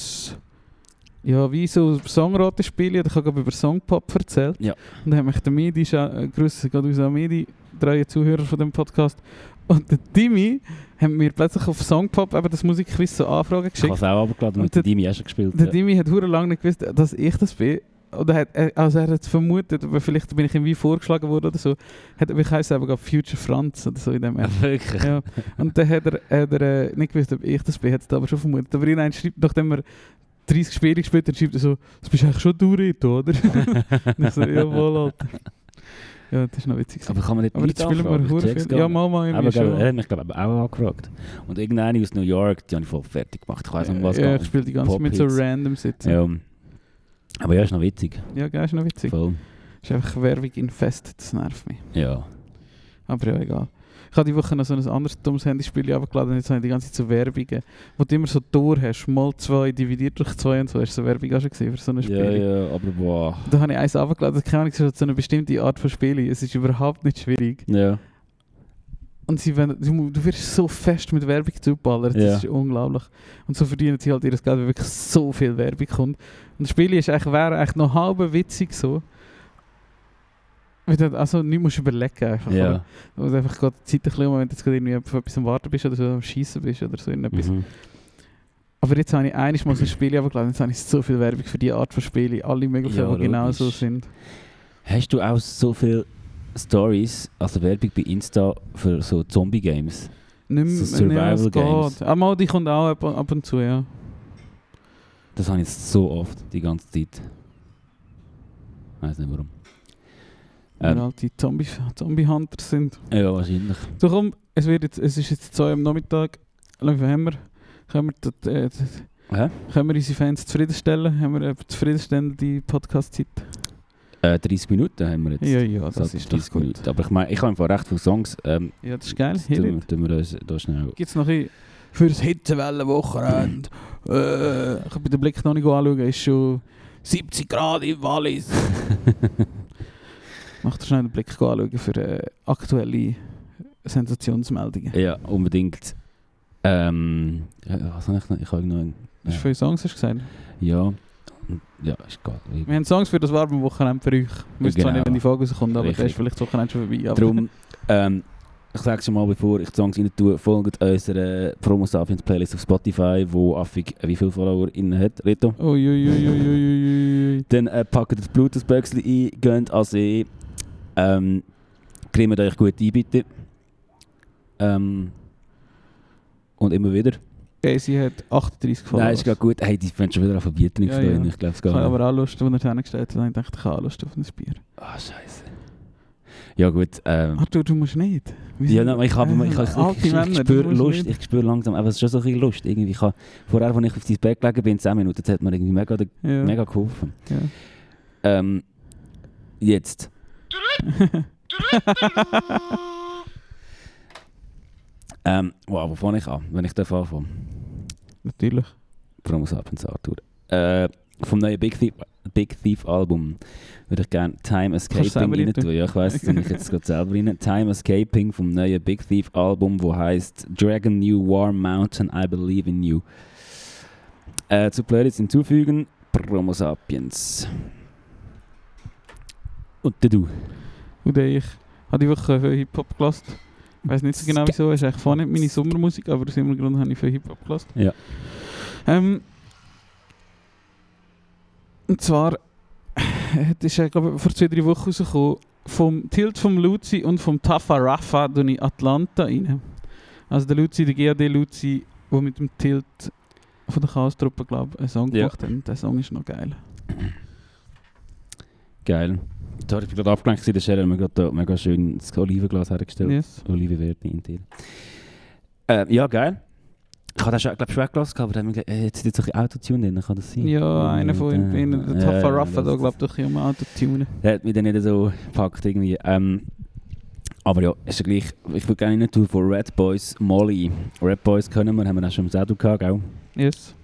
[SPEAKER 2] Ja, wie so Songratenspiele. Ich habe gerade über Songpop erzählt.
[SPEAKER 3] Ja.
[SPEAKER 2] Und dann hat mich der Medi, scha- äh, Grüße geht aus an Medi, drei Zuhörer von dem Podcast. Und der Timmy hat mir plötzlich auf Songpop eben das Musikquiz so Anfragen
[SPEAKER 3] Ich habe
[SPEAKER 2] geschickt.
[SPEAKER 3] es auch abgeladen,
[SPEAKER 2] Und
[SPEAKER 3] mit
[SPEAKER 2] der-
[SPEAKER 3] dem Dimi auch schon gespielt.
[SPEAKER 2] Der
[SPEAKER 3] ja.
[SPEAKER 2] Dimi hat hure lange nicht gewusst, dass ich das bin. Oder hat, er- also er hat es vermutet, aber vielleicht bin ich ihm wie vorgeschlagen worden oder so. Hat, ich heiße aber Future Franz oder so in dem App.
[SPEAKER 3] *laughs* Ja, wirklich.
[SPEAKER 2] *laughs* ja. Und dann hat er, hat er äh, nicht gewusst, ob ich das bin, hat es aber schon vermutet. Aber irgendwann schreibt, nachdem er 30 Spiele gespielt hat, schreibt er so, das bist eigentlich schon du, Rito, *laughs* oder? Und ich so, jawohl, Alter. eh, Ja, nou das ist noch witzig. gewesen.
[SPEAKER 3] Aber kann man nicht
[SPEAKER 2] Aber jetzt spielen wir hure viel. Ja, Mama,
[SPEAKER 3] aber
[SPEAKER 2] ich
[SPEAKER 3] glaub,
[SPEAKER 2] schon.
[SPEAKER 3] er hat mich glaub, aber auch angefragt. Und irgendeine aus New York, die habe ich voll fertig gemacht. Ich weiß nicht, um was
[SPEAKER 2] ja, ich
[SPEAKER 3] geht.
[SPEAKER 2] spiele die ganze Zeit mit so
[SPEAKER 3] Pop-Hits.
[SPEAKER 2] random Sitzen. Ja,
[SPEAKER 3] Ja. Aber ja, ist noch witzig.
[SPEAKER 2] gell, ist noch witzig.
[SPEAKER 3] Voll.
[SPEAKER 2] ist einfach Werbung in Fest, das nervt mich.
[SPEAKER 3] Ja.
[SPEAKER 2] Aber ja, egal. Ich habe die Woche noch so ein anderes dummes Handyspiel abgeladen, jetzt habe ich die ganze Zeit so Werbungen, wo du immer so Tor hast, mal zwei dividiert durch zwei und so, hast du so Werbung auch schon gesehen für so ein Spiel.
[SPEAKER 3] Ja, ja, aber boah.
[SPEAKER 2] Da habe ich eins abgeladen, keine Ahnung, es ist halt so eine bestimmte Art von Spielen, es ist überhaupt nicht schwierig.
[SPEAKER 3] Ja.
[SPEAKER 2] Und sie wollen, du, mu- du wirst so fest mit Werbung zuballert,
[SPEAKER 3] Ja.
[SPEAKER 2] das ist unglaublich. Und so verdienen sie halt ihr Geld, weil wirklich so viel Werbung kommt. Und das Spiel ist eigentlich, wäre eigentlich noch halb witzig so. Weil du also nichts musst überlegen einfach. oder?
[SPEAKER 3] Ja.
[SPEAKER 2] Du musst einfach gerade die Zeit ein bisschen, nehmen, wenn du jetzt gerade irgendwie auf etwas am Warten bist oder so am Schießen bist oder so irgendetwas.
[SPEAKER 3] Mhm.
[SPEAKER 2] Aber jetzt habe ich einiges mal so ein Spiel runtergeladen, jetzt habe ich so viel Werbung für die Art von Spielen, alle möglichen,
[SPEAKER 3] Ja,
[SPEAKER 2] die genau so
[SPEAKER 3] logisch.
[SPEAKER 2] sind.
[SPEAKER 3] Hast du auch so viele Stories, also Werbung bei Insta für so Zombie-Games?
[SPEAKER 2] Nicht
[SPEAKER 3] So
[SPEAKER 2] mehr- nicht mehr, es
[SPEAKER 3] Survival-Games.
[SPEAKER 2] geht. Ah, mal, die kommt auch ab, ab und zu, ja.
[SPEAKER 3] Das habe ich jetzt so oft, die ganze Zeit. Weiß nicht warum.
[SPEAKER 2] Wenn
[SPEAKER 3] Ähm.
[SPEAKER 2] alte Zombie, Zombie-Hunter sind.
[SPEAKER 3] Ja, wahrscheinlich.
[SPEAKER 2] So komm, es, wird jetzt, es ist jetzt 2 Uhr am Nachmittag. Lass mal, haben wir, können, wir die, äh, die-
[SPEAKER 3] Hä?
[SPEAKER 2] können wir unsere Fans zufriedenstellen? Haben wir eine zufriedenstellende Podcast-Zeit?
[SPEAKER 3] Äh, 30 Minuten haben wir jetzt.
[SPEAKER 2] Ja, ja, das,
[SPEAKER 3] Also
[SPEAKER 2] ist doch
[SPEAKER 3] 30
[SPEAKER 2] gut.
[SPEAKER 3] Minuten. Aber ich meine, ich habe einfach recht viele Songs. Ähm,
[SPEAKER 2] Ja, das ist geil.
[SPEAKER 3] das
[SPEAKER 2] Hit
[SPEAKER 3] tun,
[SPEAKER 2] it.
[SPEAKER 3] wir- tun wir uns da schnell.
[SPEAKER 2] Gibt es noch ein für das Hitzewellenwochenende? äh, ich habe den Blick noch nicht anschauen, ist schon 70 Grad im
[SPEAKER 3] *laughs*
[SPEAKER 2] Wallis. Mach dir schnell den Blick anschauen für äh, aktuelle Sensationsmeldungen.
[SPEAKER 3] Ja, unbedingt. Ähm, ja, was habe ich noch? Ich habe noch einen.
[SPEAKER 2] Das ist viele Songs, hast du gesagt?
[SPEAKER 3] Ja. Ja, ist gut.
[SPEAKER 2] Wir haben Songs für das warme Wochenende für euch. Müsst zwar
[SPEAKER 3] Genau.
[SPEAKER 2] nicht, wenn die Folge rauskommt, aber
[SPEAKER 3] Richtig.
[SPEAKER 2] das ist vielleicht das Wochenende schon vorbei. Aber
[SPEAKER 3] Darum, ähm, ich sage schon mal, bevor ich die Songs rein tue, folgt unserer Promo Sapiens Playlist auf Spotify, wo Affig wie viele Follower innen hat, Reto.
[SPEAKER 2] *laughs* Ui, ui, ui, ui, ui, ui.
[SPEAKER 3] Dann äh, packt das Bluetooth-Böckchen ein, geht an See, ähm, cremt euch gut ein, bitte. Ähm, und immer wieder.
[SPEAKER 2] Casey hat 38 Follower.
[SPEAKER 3] Nein, ist gerade gut. Hey, die fangen schon wieder an von Bier trinken,
[SPEAKER 2] Ja,
[SPEAKER 3] zu tun.
[SPEAKER 2] ja.
[SPEAKER 3] ich glaube es
[SPEAKER 2] Ich
[SPEAKER 3] gar
[SPEAKER 2] habe
[SPEAKER 3] nicht.
[SPEAKER 2] aber auch Lust, als er es hingestellt hat, ich dachte, ich habe auch Lust auf ein Bier.
[SPEAKER 3] Ah, scheiße. Ja gut, ähm,
[SPEAKER 2] Arthur, Ah, du musst nicht. Wir
[SPEAKER 3] Ja,
[SPEAKER 2] sind-
[SPEAKER 3] nein, aber ich habe ich, ich,
[SPEAKER 2] Ah, alte
[SPEAKER 3] ich, ich, ich
[SPEAKER 2] Männer, du
[SPEAKER 3] spüre
[SPEAKER 2] musst
[SPEAKER 3] Lust,
[SPEAKER 2] nicht.
[SPEAKER 3] ich spüre langsam, aber es ist schon so ein bisschen Lust. Irgendwie, ich habe, vorher, als ich auf dein Bett gelegen bin, 10 Minuten, das hat mir irgendwie mega,
[SPEAKER 2] Ja.
[SPEAKER 3] mega geholfen.
[SPEAKER 2] Ja.
[SPEAKER 3] Ähm, jetzt. *laughs* Ähm, wow, wo fange ich an, wenn ich darf anfangen?
[SPEAKER 2] Natürlich.
[SPEAKER 3] Promo Sapiens Arthur. Äh, vom neuen Big Thief, Big Thief Album würde ich gerne Time Escaping
[SPEAKER 2] selber
[SPEAKER 3] rein
[SPEAKER 2] rein tun.
[SPEAKER 3] tun. Ja, ich weiß, das nehme ich jetzt gerade selber rein. Time Escaping vom neuen Big Thief Album, wo heißt Dragon New War Mountain, I Believe in You. Äh, zu Playlist hinzufügen, Promo Sapiens. Und dann du.
[SPEAKER 2] Und dann ich habe die Woche viel Hip-Hop gelassen. Ich weiß nicht so genau wieso, es ist eigentlich vorher nicht meine Sommermusik, aber aus irgendeinem Grund habe ich viel Hip-Hop gelassen.
[SPEAKER 3] Ja.
[SPEAKER 2] Ähm, und *laughs* zwar, äh, das ist ja, glaube ich, vor zwei, drei Wochen rausgekommen, vom Tilt vom Luzi und vom Tafa Rafa tue ich Atlanta rein. Also der Luzi, der GAD Luzi, der mit dem Tilt von der Chaos-Truppe, glaube ich, einen Song
[SPEAKER 3] Ja.
[SPEAKER 2] gemacht hat. Und der Song ist noch geil.
[SPEAKER 3] Geil. Sorry, ich bin gerade abgelenkt, gewesen, der Sherry hat mir gerade da mega schön das Olivenglas hergestellt.
[SPEAKER 2] Yes.
[SPEAKER 3] Olive Verdi in dir. Ähm, ja, geil. Ich habe das schon, glaub, schon weggelassen, aber dann haben wir gesagt, äh, jetzt ist jetzt ein bisschen Autotune drin, kann das sein?
[SPEAKER 2] Ja, einer von ihnen, ihnen, der Tafa Rafa, da
[SPEAKER 3] glaube
[SPEAKER 2] glaubt ich, um Autotunen.
[SPEAKER 3] ich. Der hat mich dann nicht so gepackt irgendwie. Ähm, aber ja, ist ja gleich. Ich würde gerne nicht tun von Red Boys Molly. Red Boys können wir, haben wir auch schon im Sado gehabt, gell?
[SPEAKER 2] Yes.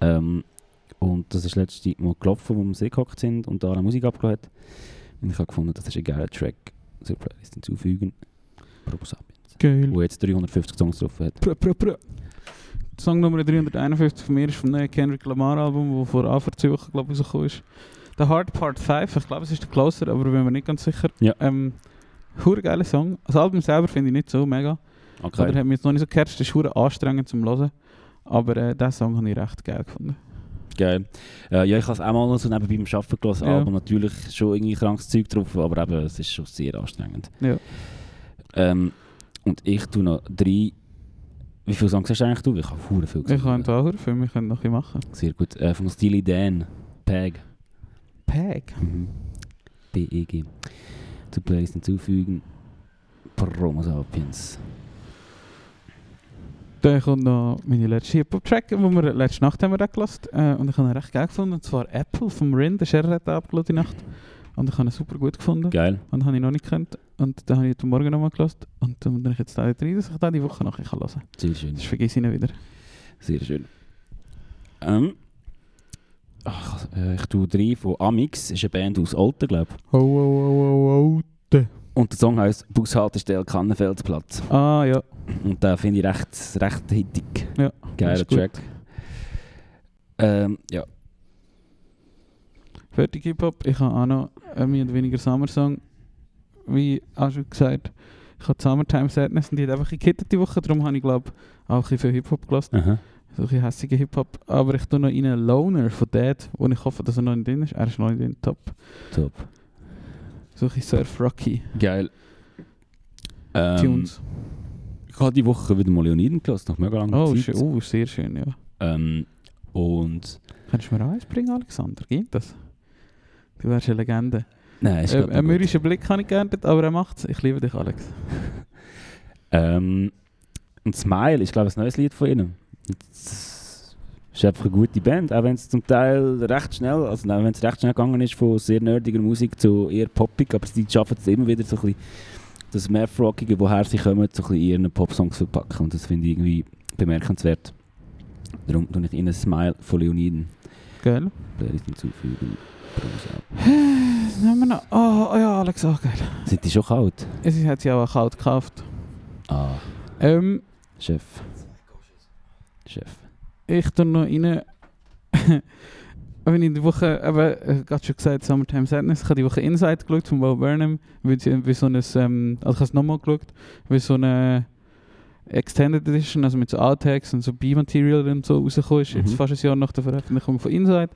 [SPEAKER 3] Ähm, und das ist letzte Mal gelaufen, wo wir am See gehockt sind und da eine Musik abgeladen hat. Und ich habe gefunden, das ist ein geiler Track. Zur Playlist hinzufügen. Probus ab.
[SPEAKER 2] Geil.
[SPEAKER 3] Wo jetzt 350 Songs drauf hat.
[SPEAKER 2] Prö, prö, prö. Song Nummer 351 von mir ist vom neuen Kendrick Lamar Album, das vor Anfang zwei Wochen glaube ich rausgekommen ist. Der Hard Part 5, ich glaube es ist der Closer, aber bin mir nicht ganz sicher.
[SPEAKER 3] Ja.
[SPEAKER 2] Ähm, hure geiler Song. Das Album selber finde ich nicht so mega.
[SPEAKER 3] Okay.
[SPEAKER 2] Oder hat mich jetzt noch nicht so gecatcht, ist hure anstrengend zum hören. Aber äh, diesen Song habe ich recht geil gefunden.
[SPEAKER 3] Geil. Äh, ja, ich habe es auch mal noch so nebenbei beim Arbeiten gelassen,
[SPEAKER 2] Ja.
[SPEAKER 3] aber natürlich schon irgendwie krankes Zeug drauf, aber eben, es ist schon sehr anstrengend.
[SPEAKER 2] Ja.
[SPEAKER 3] Ähm, und ich tue noch drei... Wie viele Songs hast du eigentlich? Du? Ich habe verdammt viel
[SPEAKER 2] Ich kann auch für mich noch ein bisschen machen.
[SPEAKER 3] Sehr gut. Äh, vom Steely Dan. Peg.
[SPEAKER 2] Peg.
[SPEAKER 3] Mhm. P-E-G. Zu Playlist hinzufügen. Promo Sapiens.
[SPEAKER 2] Dann kommt noch meine letzte Hip-Hop-Track, die wir letzte Nacht haben wir den gelassen. Äh, und ich habe ihn recht geil gefunden. Und zwar Apple vom Rin, der Sherry hat den abgeladen die Nacht. Und ich habe ihn super gut gefunden.
[SPEAKER 3] Geil.
[SPEAKER 2] Und habe ich noch nicht gekannt. Und dann habe ich heute Morgen nochmal gelassen. Und dann bin ich jetzt da rein, dass ich da dus die Woche noch ein bisschen hören kann.
[SPEAKER 3] Sehr schön.
[SPEAKER 2] Das vergesse ich ihn wieder.
[SPEAKER 3] Sehr schön. Ähm, ach, äh, ich tue drei von Amix. ist eine Band aus Alten, glaube ich.
[SPEAKER 2] Oh, oh, oh, oh, oh.
[SPEAKER 3] Und der Song heisst Bushaltestelle Kannenfeldplatz.
[SPEAKER 2] Ah, ja.
[SPEAKER 3] Und den finde ich recht, recht hittig.
[SPEAKER 2] Ja,
[SPEAKER 3] Geiler
[SPEAKER 2] ist gut.
[SPEAKER 3] Track. Ähm, ja.
[SPEAKER 2] Fertig Hip-Hop. Ich habe auch noch äh, mehr oder weniger Summer-Song. Wie auch schon gesagt, ich habe die Summertime Sadness und die hat einfach gekittet die Woche. Darum habe ich, glaube ich, auch ein bisschen viel Hip-Hop gelassen.
[SPEAKER 3] Aha.
[SPEAKER 2] So ein bisschen hässiger Hip-Hop. Aber ich tue noch einen Loner von Dad, wo ich hoffe, dass er noch nicht drin ist. Er ist noch nicht drin. Top.
[SPEAKER 3] Top.
[SPEAKER 2] So ein bisschen Surf Rocky
[SPEAKER 3] Geil. Ähm,
[SPEAKER 2] Tunes.
[SPEAKER 3] Ich habe die Woche wieder mal Leoniden gelassen, nach mega langer
[SPEAKER 2] oh, schön.
[SPEAKER 3] Zeit.
[SPEAKER 2] oh, sehr schön, ja.
[SPEAKER 3] Ähm, und...
[SPEAKER 2] Kannst du mir auch eins bringen, Alexander? Geht das? Du wärst eine Legende.
[SPEAKER 3] Nein, ist
[SPEAKER 2] Äh,
[SPEAKER 3] grad noch
[SPEAKER 2] einen
[SPEAKER 3] gut.
[SPEAKER 2] mürrischen Blick habe ich geerntet, aber er macht's. Ich liebe dich, Alex.
[SPEAKER 3] *laughs* Ähm, und Smile ist, glaube ich, ein neues Lied von ihnen. Das ist einfach eine gute Band, auch wenn es zum Teil recht schnell, also nein, wenn es recht schnell gegangen ist von sehr nerdiger Musik zu eher poppig, aber sie schaffen es immer wieder so ein bisschen das Math-Rockige, woher sie kommen, so ein bisschen in ihren Popsongs zu verpacken und das finde ich irgendwie bemerkenswert. Darum tue ich ihnen Smile von Leoniden
[SPEAKER 2] Geil.
[SPEAKER 3] Playlist hinzufügen. Browse ab.
[SPEAKER 2] Was haben wir noch? Oh, oh ja, Alex, auch geil.
[SPEAKER 3] Sind die schon kalt?
[SPEAKER 2] Es hat sie auch kalt gekauft.
[SPEAKER 3] Ah,
[SPEAKER 2] Ähm,
[SPEAKER 3] Chef. Chef.
[SPEAKER 2] ich tue noch rein. *laughs* Wenn ich die Woche, aber ich habe schon gesagt, Summertime Sadness, ich habe die Woche Inside geschaut von Bo Burnham, wie, sie- wie so ein, ähm, also ich habe es nochmal geschaut, wie so eine Extended Edition, also mit so Outtakes und so B-Material und so rausgekommen ist, jetzt
[SPEAKER 3] Mhm.
[SPEAKER 2] fast ein Jahr nach der Veröffentlichung von Inside.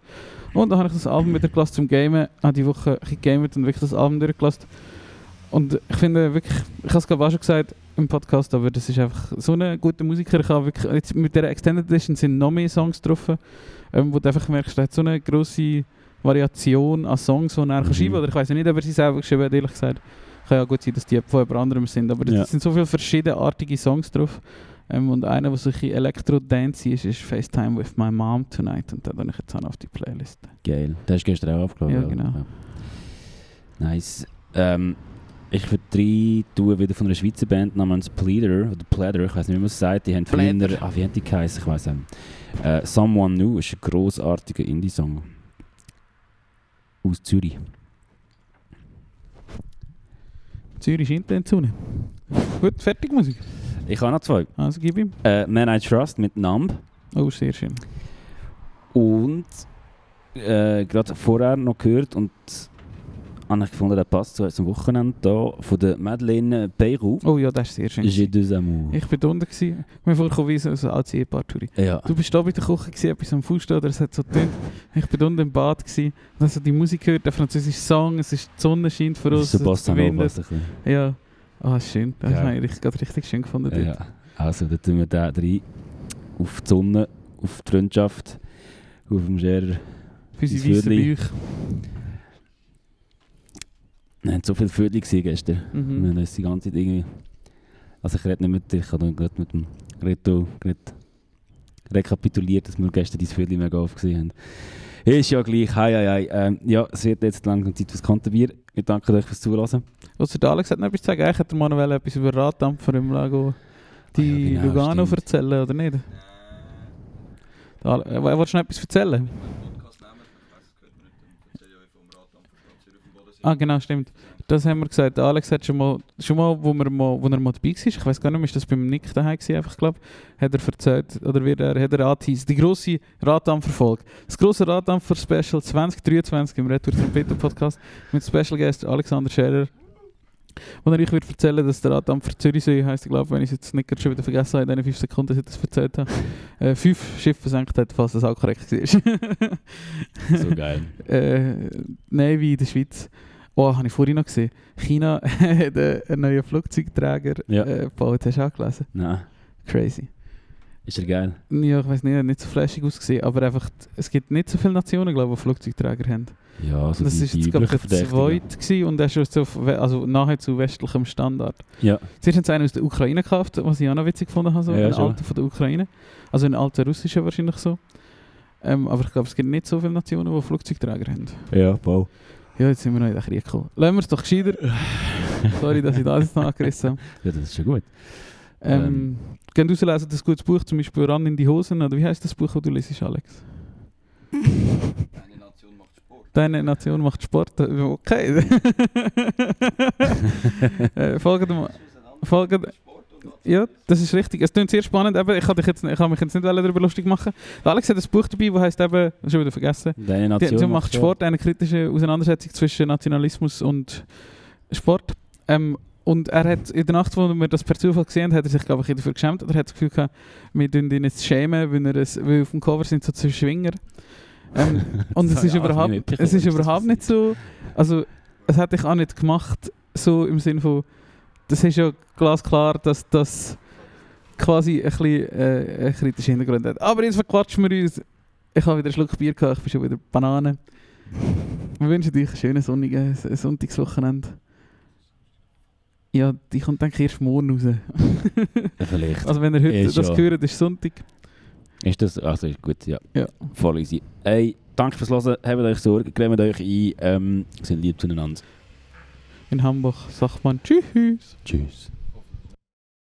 [SPEAKER 2] Und dann habe ich das Album wieder gelassen zum Gamen, habe die Woche ein bisschen gegamet und wirklich das Album durchgelassen. Und ich finde wirklich, ich habe es glaube ich auch schon gesagt im Podcast, aber das ist einfach so eine gute Musiker. Ich habe wirklich, jetzt mit dieser Extended Edition sind noch mehr Songs drauf, ähm, wo du einfach merkst, er hat so eine grosse Variation an Songs, die er
[SPEAKER 3] Mhm.
[SPEAKER 2] mhm. schreiben kann. Oder ich weiß ja nicht, ob er sie selber geschrieben hat, ehrlich gesagt. Kann ja gut sein, dass die von jemand anderem sind, aber es
[SPEAKER 3] Ja.
[SPEAKER 2] sind so viele verschiedenartige Songs drauf. Ähm, und einer, der so ein bisschen Elektro-Dance ist, ist FaceTime with my mom tonight. Und den habe ich jetzt auch noch auf die Playlist.
[SPEAKER 3] Geil. Der hast du gestern auch aufgeladen.
[SPEAKER 2] Ja,
[SPEAKER 3] oder?
[SPEAKER 2] genau.
[SPEAKER 3] Nice. Ähm, ich würde drei tun, wieder von einer Schweizer Band namens Pleader, oder Pleader, ich weiß nicht, wie man es sagt. Die haben
[SPEAKER 2] Pleader.
[SPEAKER 3] früher, ah, wie haben die geheißen? Ich weiß nicht. Äh, Someone New ist ein grossartiger Indie-Song. Aus Zürich.
[SPEAKER 2] Zürich Intention. Gut, fertig Musik.
[SPEAKER 3] Ich habe noch zwei.
[SPEAKER 2] Also gib ihm.
[SPEAKER 3] Äh, Man I Trust mit Numb.
[SPEAKER 2] Oh, sehr schön.
[SPEAKER 3] Und äh, gerade vorher noch gehört und habe ich gefunden, der passt so zum Wochenende da von der Madeleine Peyrou.
[SPEAKER 2] Oh ja, das ist sehr schön.
[SPEAKER 3] J'ai deux amours.
[SPEAKER 2] Ich bin da unten. gewesen. Mir vorkam wie so ein altes Ehepaar, Turi.
[SPEAKER 3] Ja.
[SPEAKER 2] Du bist da bei der Küche gewesen, etwas am Fuß oder es hat so tönt. Ich bin unten im Bad gewesen, und habe so die Musik gehört, der französische Song, es ist die Sonne scheint für uns,
[SPEAKER 3] Das ist so
[SPEAKER 2] es
[SPEAKER 3] Bossa Nova.
[SPEAKER 2] windet.
[SPEAKER 3] so ein bisschen.
[SPEAKER 2] Ja. Ah, schön. Das
[SPEAKER 3] Ja.
[SPEAKER 2] habe ich richtig- gerade richtig schön gefunden. dort.
[SPEAKER 3] Ja. Also, da tun wir den rein. Auf die Sonne, auf die Freundschaft, auf dem Scherer.
[SPEAKER 2] Für unsere
[SPEAKER 3] Das
[SPEAKER 2] weißen
[SPEAKER 3] Vögel.
[SPEAKER 2] Bäuche.
[SPEAKER 3] Wir hatten so viel Vögel gesehen gestern. Wir
[SPEAKER 2] Mhm.
[SPEAKER 3] haben uns die ganze Zeit irgendwie... Also ich rede nicht mit dir, ich habe gerade mit dem Reto gerade rekapituliert, dass wir gestern dein Vögel mega oft gesehen haben. Ist ja gleich, hei, hei, hei. Ähm, ja, es wird jetzt langsam Zeit fürs Kantenbier. Wir danken euch fürs Zuhören.
[SPEAKER 2] Ausser der Alex hat noch etwas zu sagen. Eigentlich hat der Manuel etwas über Raddampfer im Lago die
[SPEAKER 3] Ah ja, genau,
[SPEAKER 2] Lugano
[SPEAKER 3] stimmt.
[SPEAKER 2] erzählen, oder nicht? Der Ale- äh, Wolltest du noch etwas erzählen? Ah, genau, stimmt. Das haben wir gesagt. Der Alex hat schon mal, schon mal, wo, wir mal, wo er mal dabei war, ich weiß gar nicht, mehr, ist das beim Nick daheim gewesen, einfach, glaub, hat er erzählt, oder wird er, hat er angeteased, die grosse Raddampferfolge. Das grosse Raddampfer-Special 2023 im Retour Trompeten Podcast mit Special Guest Alexander Scherer. Und er euch wird erzählen, dass der Raddampfer Zürichsee heisst, ich glaube, wenn ich es jetzt nicht gerade schon wieder vergessen habe, in den 5 Sekunden, dass ich das erzählt habe, äh, fünf Schiffe versenkt hat, falls das auch korrekt war. *laughs*
[SPEAKER 3] *laughs* So geil.
[SPEAKER 2] äh, Navy in der Schweiz. Oh, habe ich vorhin noch gesehen. China *laughs* hat äh, einen neuen Flugzeugträger
[SPEAKER 3] Ja.
[SPEAKER 2] äh, gebaut. Hast du auch gelesen?
[SPEAKER 3] *laughs* Nein,
[SPEAKER 2] Crazy.
[SPEAKER 3] ist ja geil.
[SPEAKER 2] Ja, ich weiß nicht, hat nicht so flashig ausgesehen, aber einfach, es gibt nicht so viele Nationen, glaube ich, die Flugzeugträger haben.
[SPEAKER 3] Ja, so
[SPEAKER 2] das
[SPEAKER 3] die-
[SPEAKER 2] ist
[SPEAKER 3] die
[SPEAKER 2] jetzt, glaube ich,
[SPEAKER 3] üblichen
[SPEAKER 2] der
[SPEAKER 3] Verdächtigen.
[SPEAKER 2] zweite gewesen und der ist schon so auf we- also nahezu westlichem Standard.
[SPEAKER 3] Ja.
[SPEAKER 2] Zuerst haben sie einen aus der Ukraine gekauft, was ich auch noch witzig gefunden habe, so
[SPEAKER 3] Ja,
[SPEAKER 2] einen
[SPEAKER 3] schon.
[SPEAKER 2] alten von der Ukraine. Also einen alten russischen wahrscheinlich so. Ähm, aber ich glaube, es gibt nicht so viele Nationen, die Flugzeugträger haben.
[SPEAKER 3] Ja, Paul.
[SPEAKER 2] Ja, jetzt sind wir noch in den Krieg gekommen. Lassen wir es doch
[SPEAKER 3] *laughs*
[SPEAKER 2] gescheiter. Sorry, dass ich das jetzt noch angerissen habe.
[SPEAKER 3] Ja, das ist schon gut.
[SPEAKER 2] Ähm, Gehen du rauslesen, das gutes Buch, zum Beispiel Ran in die Hosen, oder wie heißt das Buch, das du lesest, Alex?
[SPEAKER 4] Eine Nation macht Sport.
[SPEAKER 2] Deine Nation macht Sport. Okay. Äh, folgende. folgende ja, das ist richtig. Es klingt sehr spannend. Eben, ich kann, dich jetzt, ich kann mich jetzt nicht darüber lustig machen. Der Alex hat ein Buch dabei, das heißt eben, schon wieder vergessen.
[SPEAKER 3] Deine
[SPEAKER 2] Die,
[SPEAKER 3] Nation
[SPEAKER 2] die macht
[SPEAKER 3] *laughs*
[SPEAKER 2] Sport eine kritische Auseinandersetzung zwischen Nationalismus und Sport. Ähm, und er hat in der Nacht, wo wir das per Zufall gesehen haben, hat er sich, glaube ich, dafür geschämt. Oder hat das Gefühl gehabt, wir tun ihn jetzt schämen, weil, er es, weil auf dem Cover sind so zwei Schwinger. Ähm, und
[SPEAKER 3] Das
[SPEAKER 2] es ist,
[SPEAKER 3] habe ich auch
[SPEAKER 2] überhaupt,
[SPEAKER 3] nicht mitbekommen,
[SPEAKER 2] es ist
[SPEAKER 3] dass das
[SPEAKER 2] überhaupt nicht so. Also, es hätte ich auch nicht gemacht, so im Sinne von, das ist ja glasklar, dass das quasi ein bisschen äh, einen kritischen Hintergrund hat. Aber jetzt verquatschen wir uns. Ich habe wieder einen Schluck Bier gehabt, ich bin schon wieder Banane. Wir wünschen euch einen schönen sonnigen S- äh, Sonntagswochenende. Ja, die kommt denke ich erst morgen raus.
[SPEAKER 3] Ja, Vielleicht.
[SPEAKER 2] Also wenn ihr heute
[SPEAKER 3] Ist
[SPEAKER 2] das
[SPEAKER 3] ja.
[SPEAKER 2] hört, ist Sonntag.
[SPEAKER 3] Ist das, also ist gut, ja.
[SPEAKER 2] Ja.
[SPEAKER 3] Voll easy. Ey, danke fürs Hören, habt euch Sorge, cremt euch ehm, ein, ähm, seid lieb zueinander.
[SPEAKER 2] In Hamburg sagt man Tschüss.
[SPEAKER 3] Tschüss.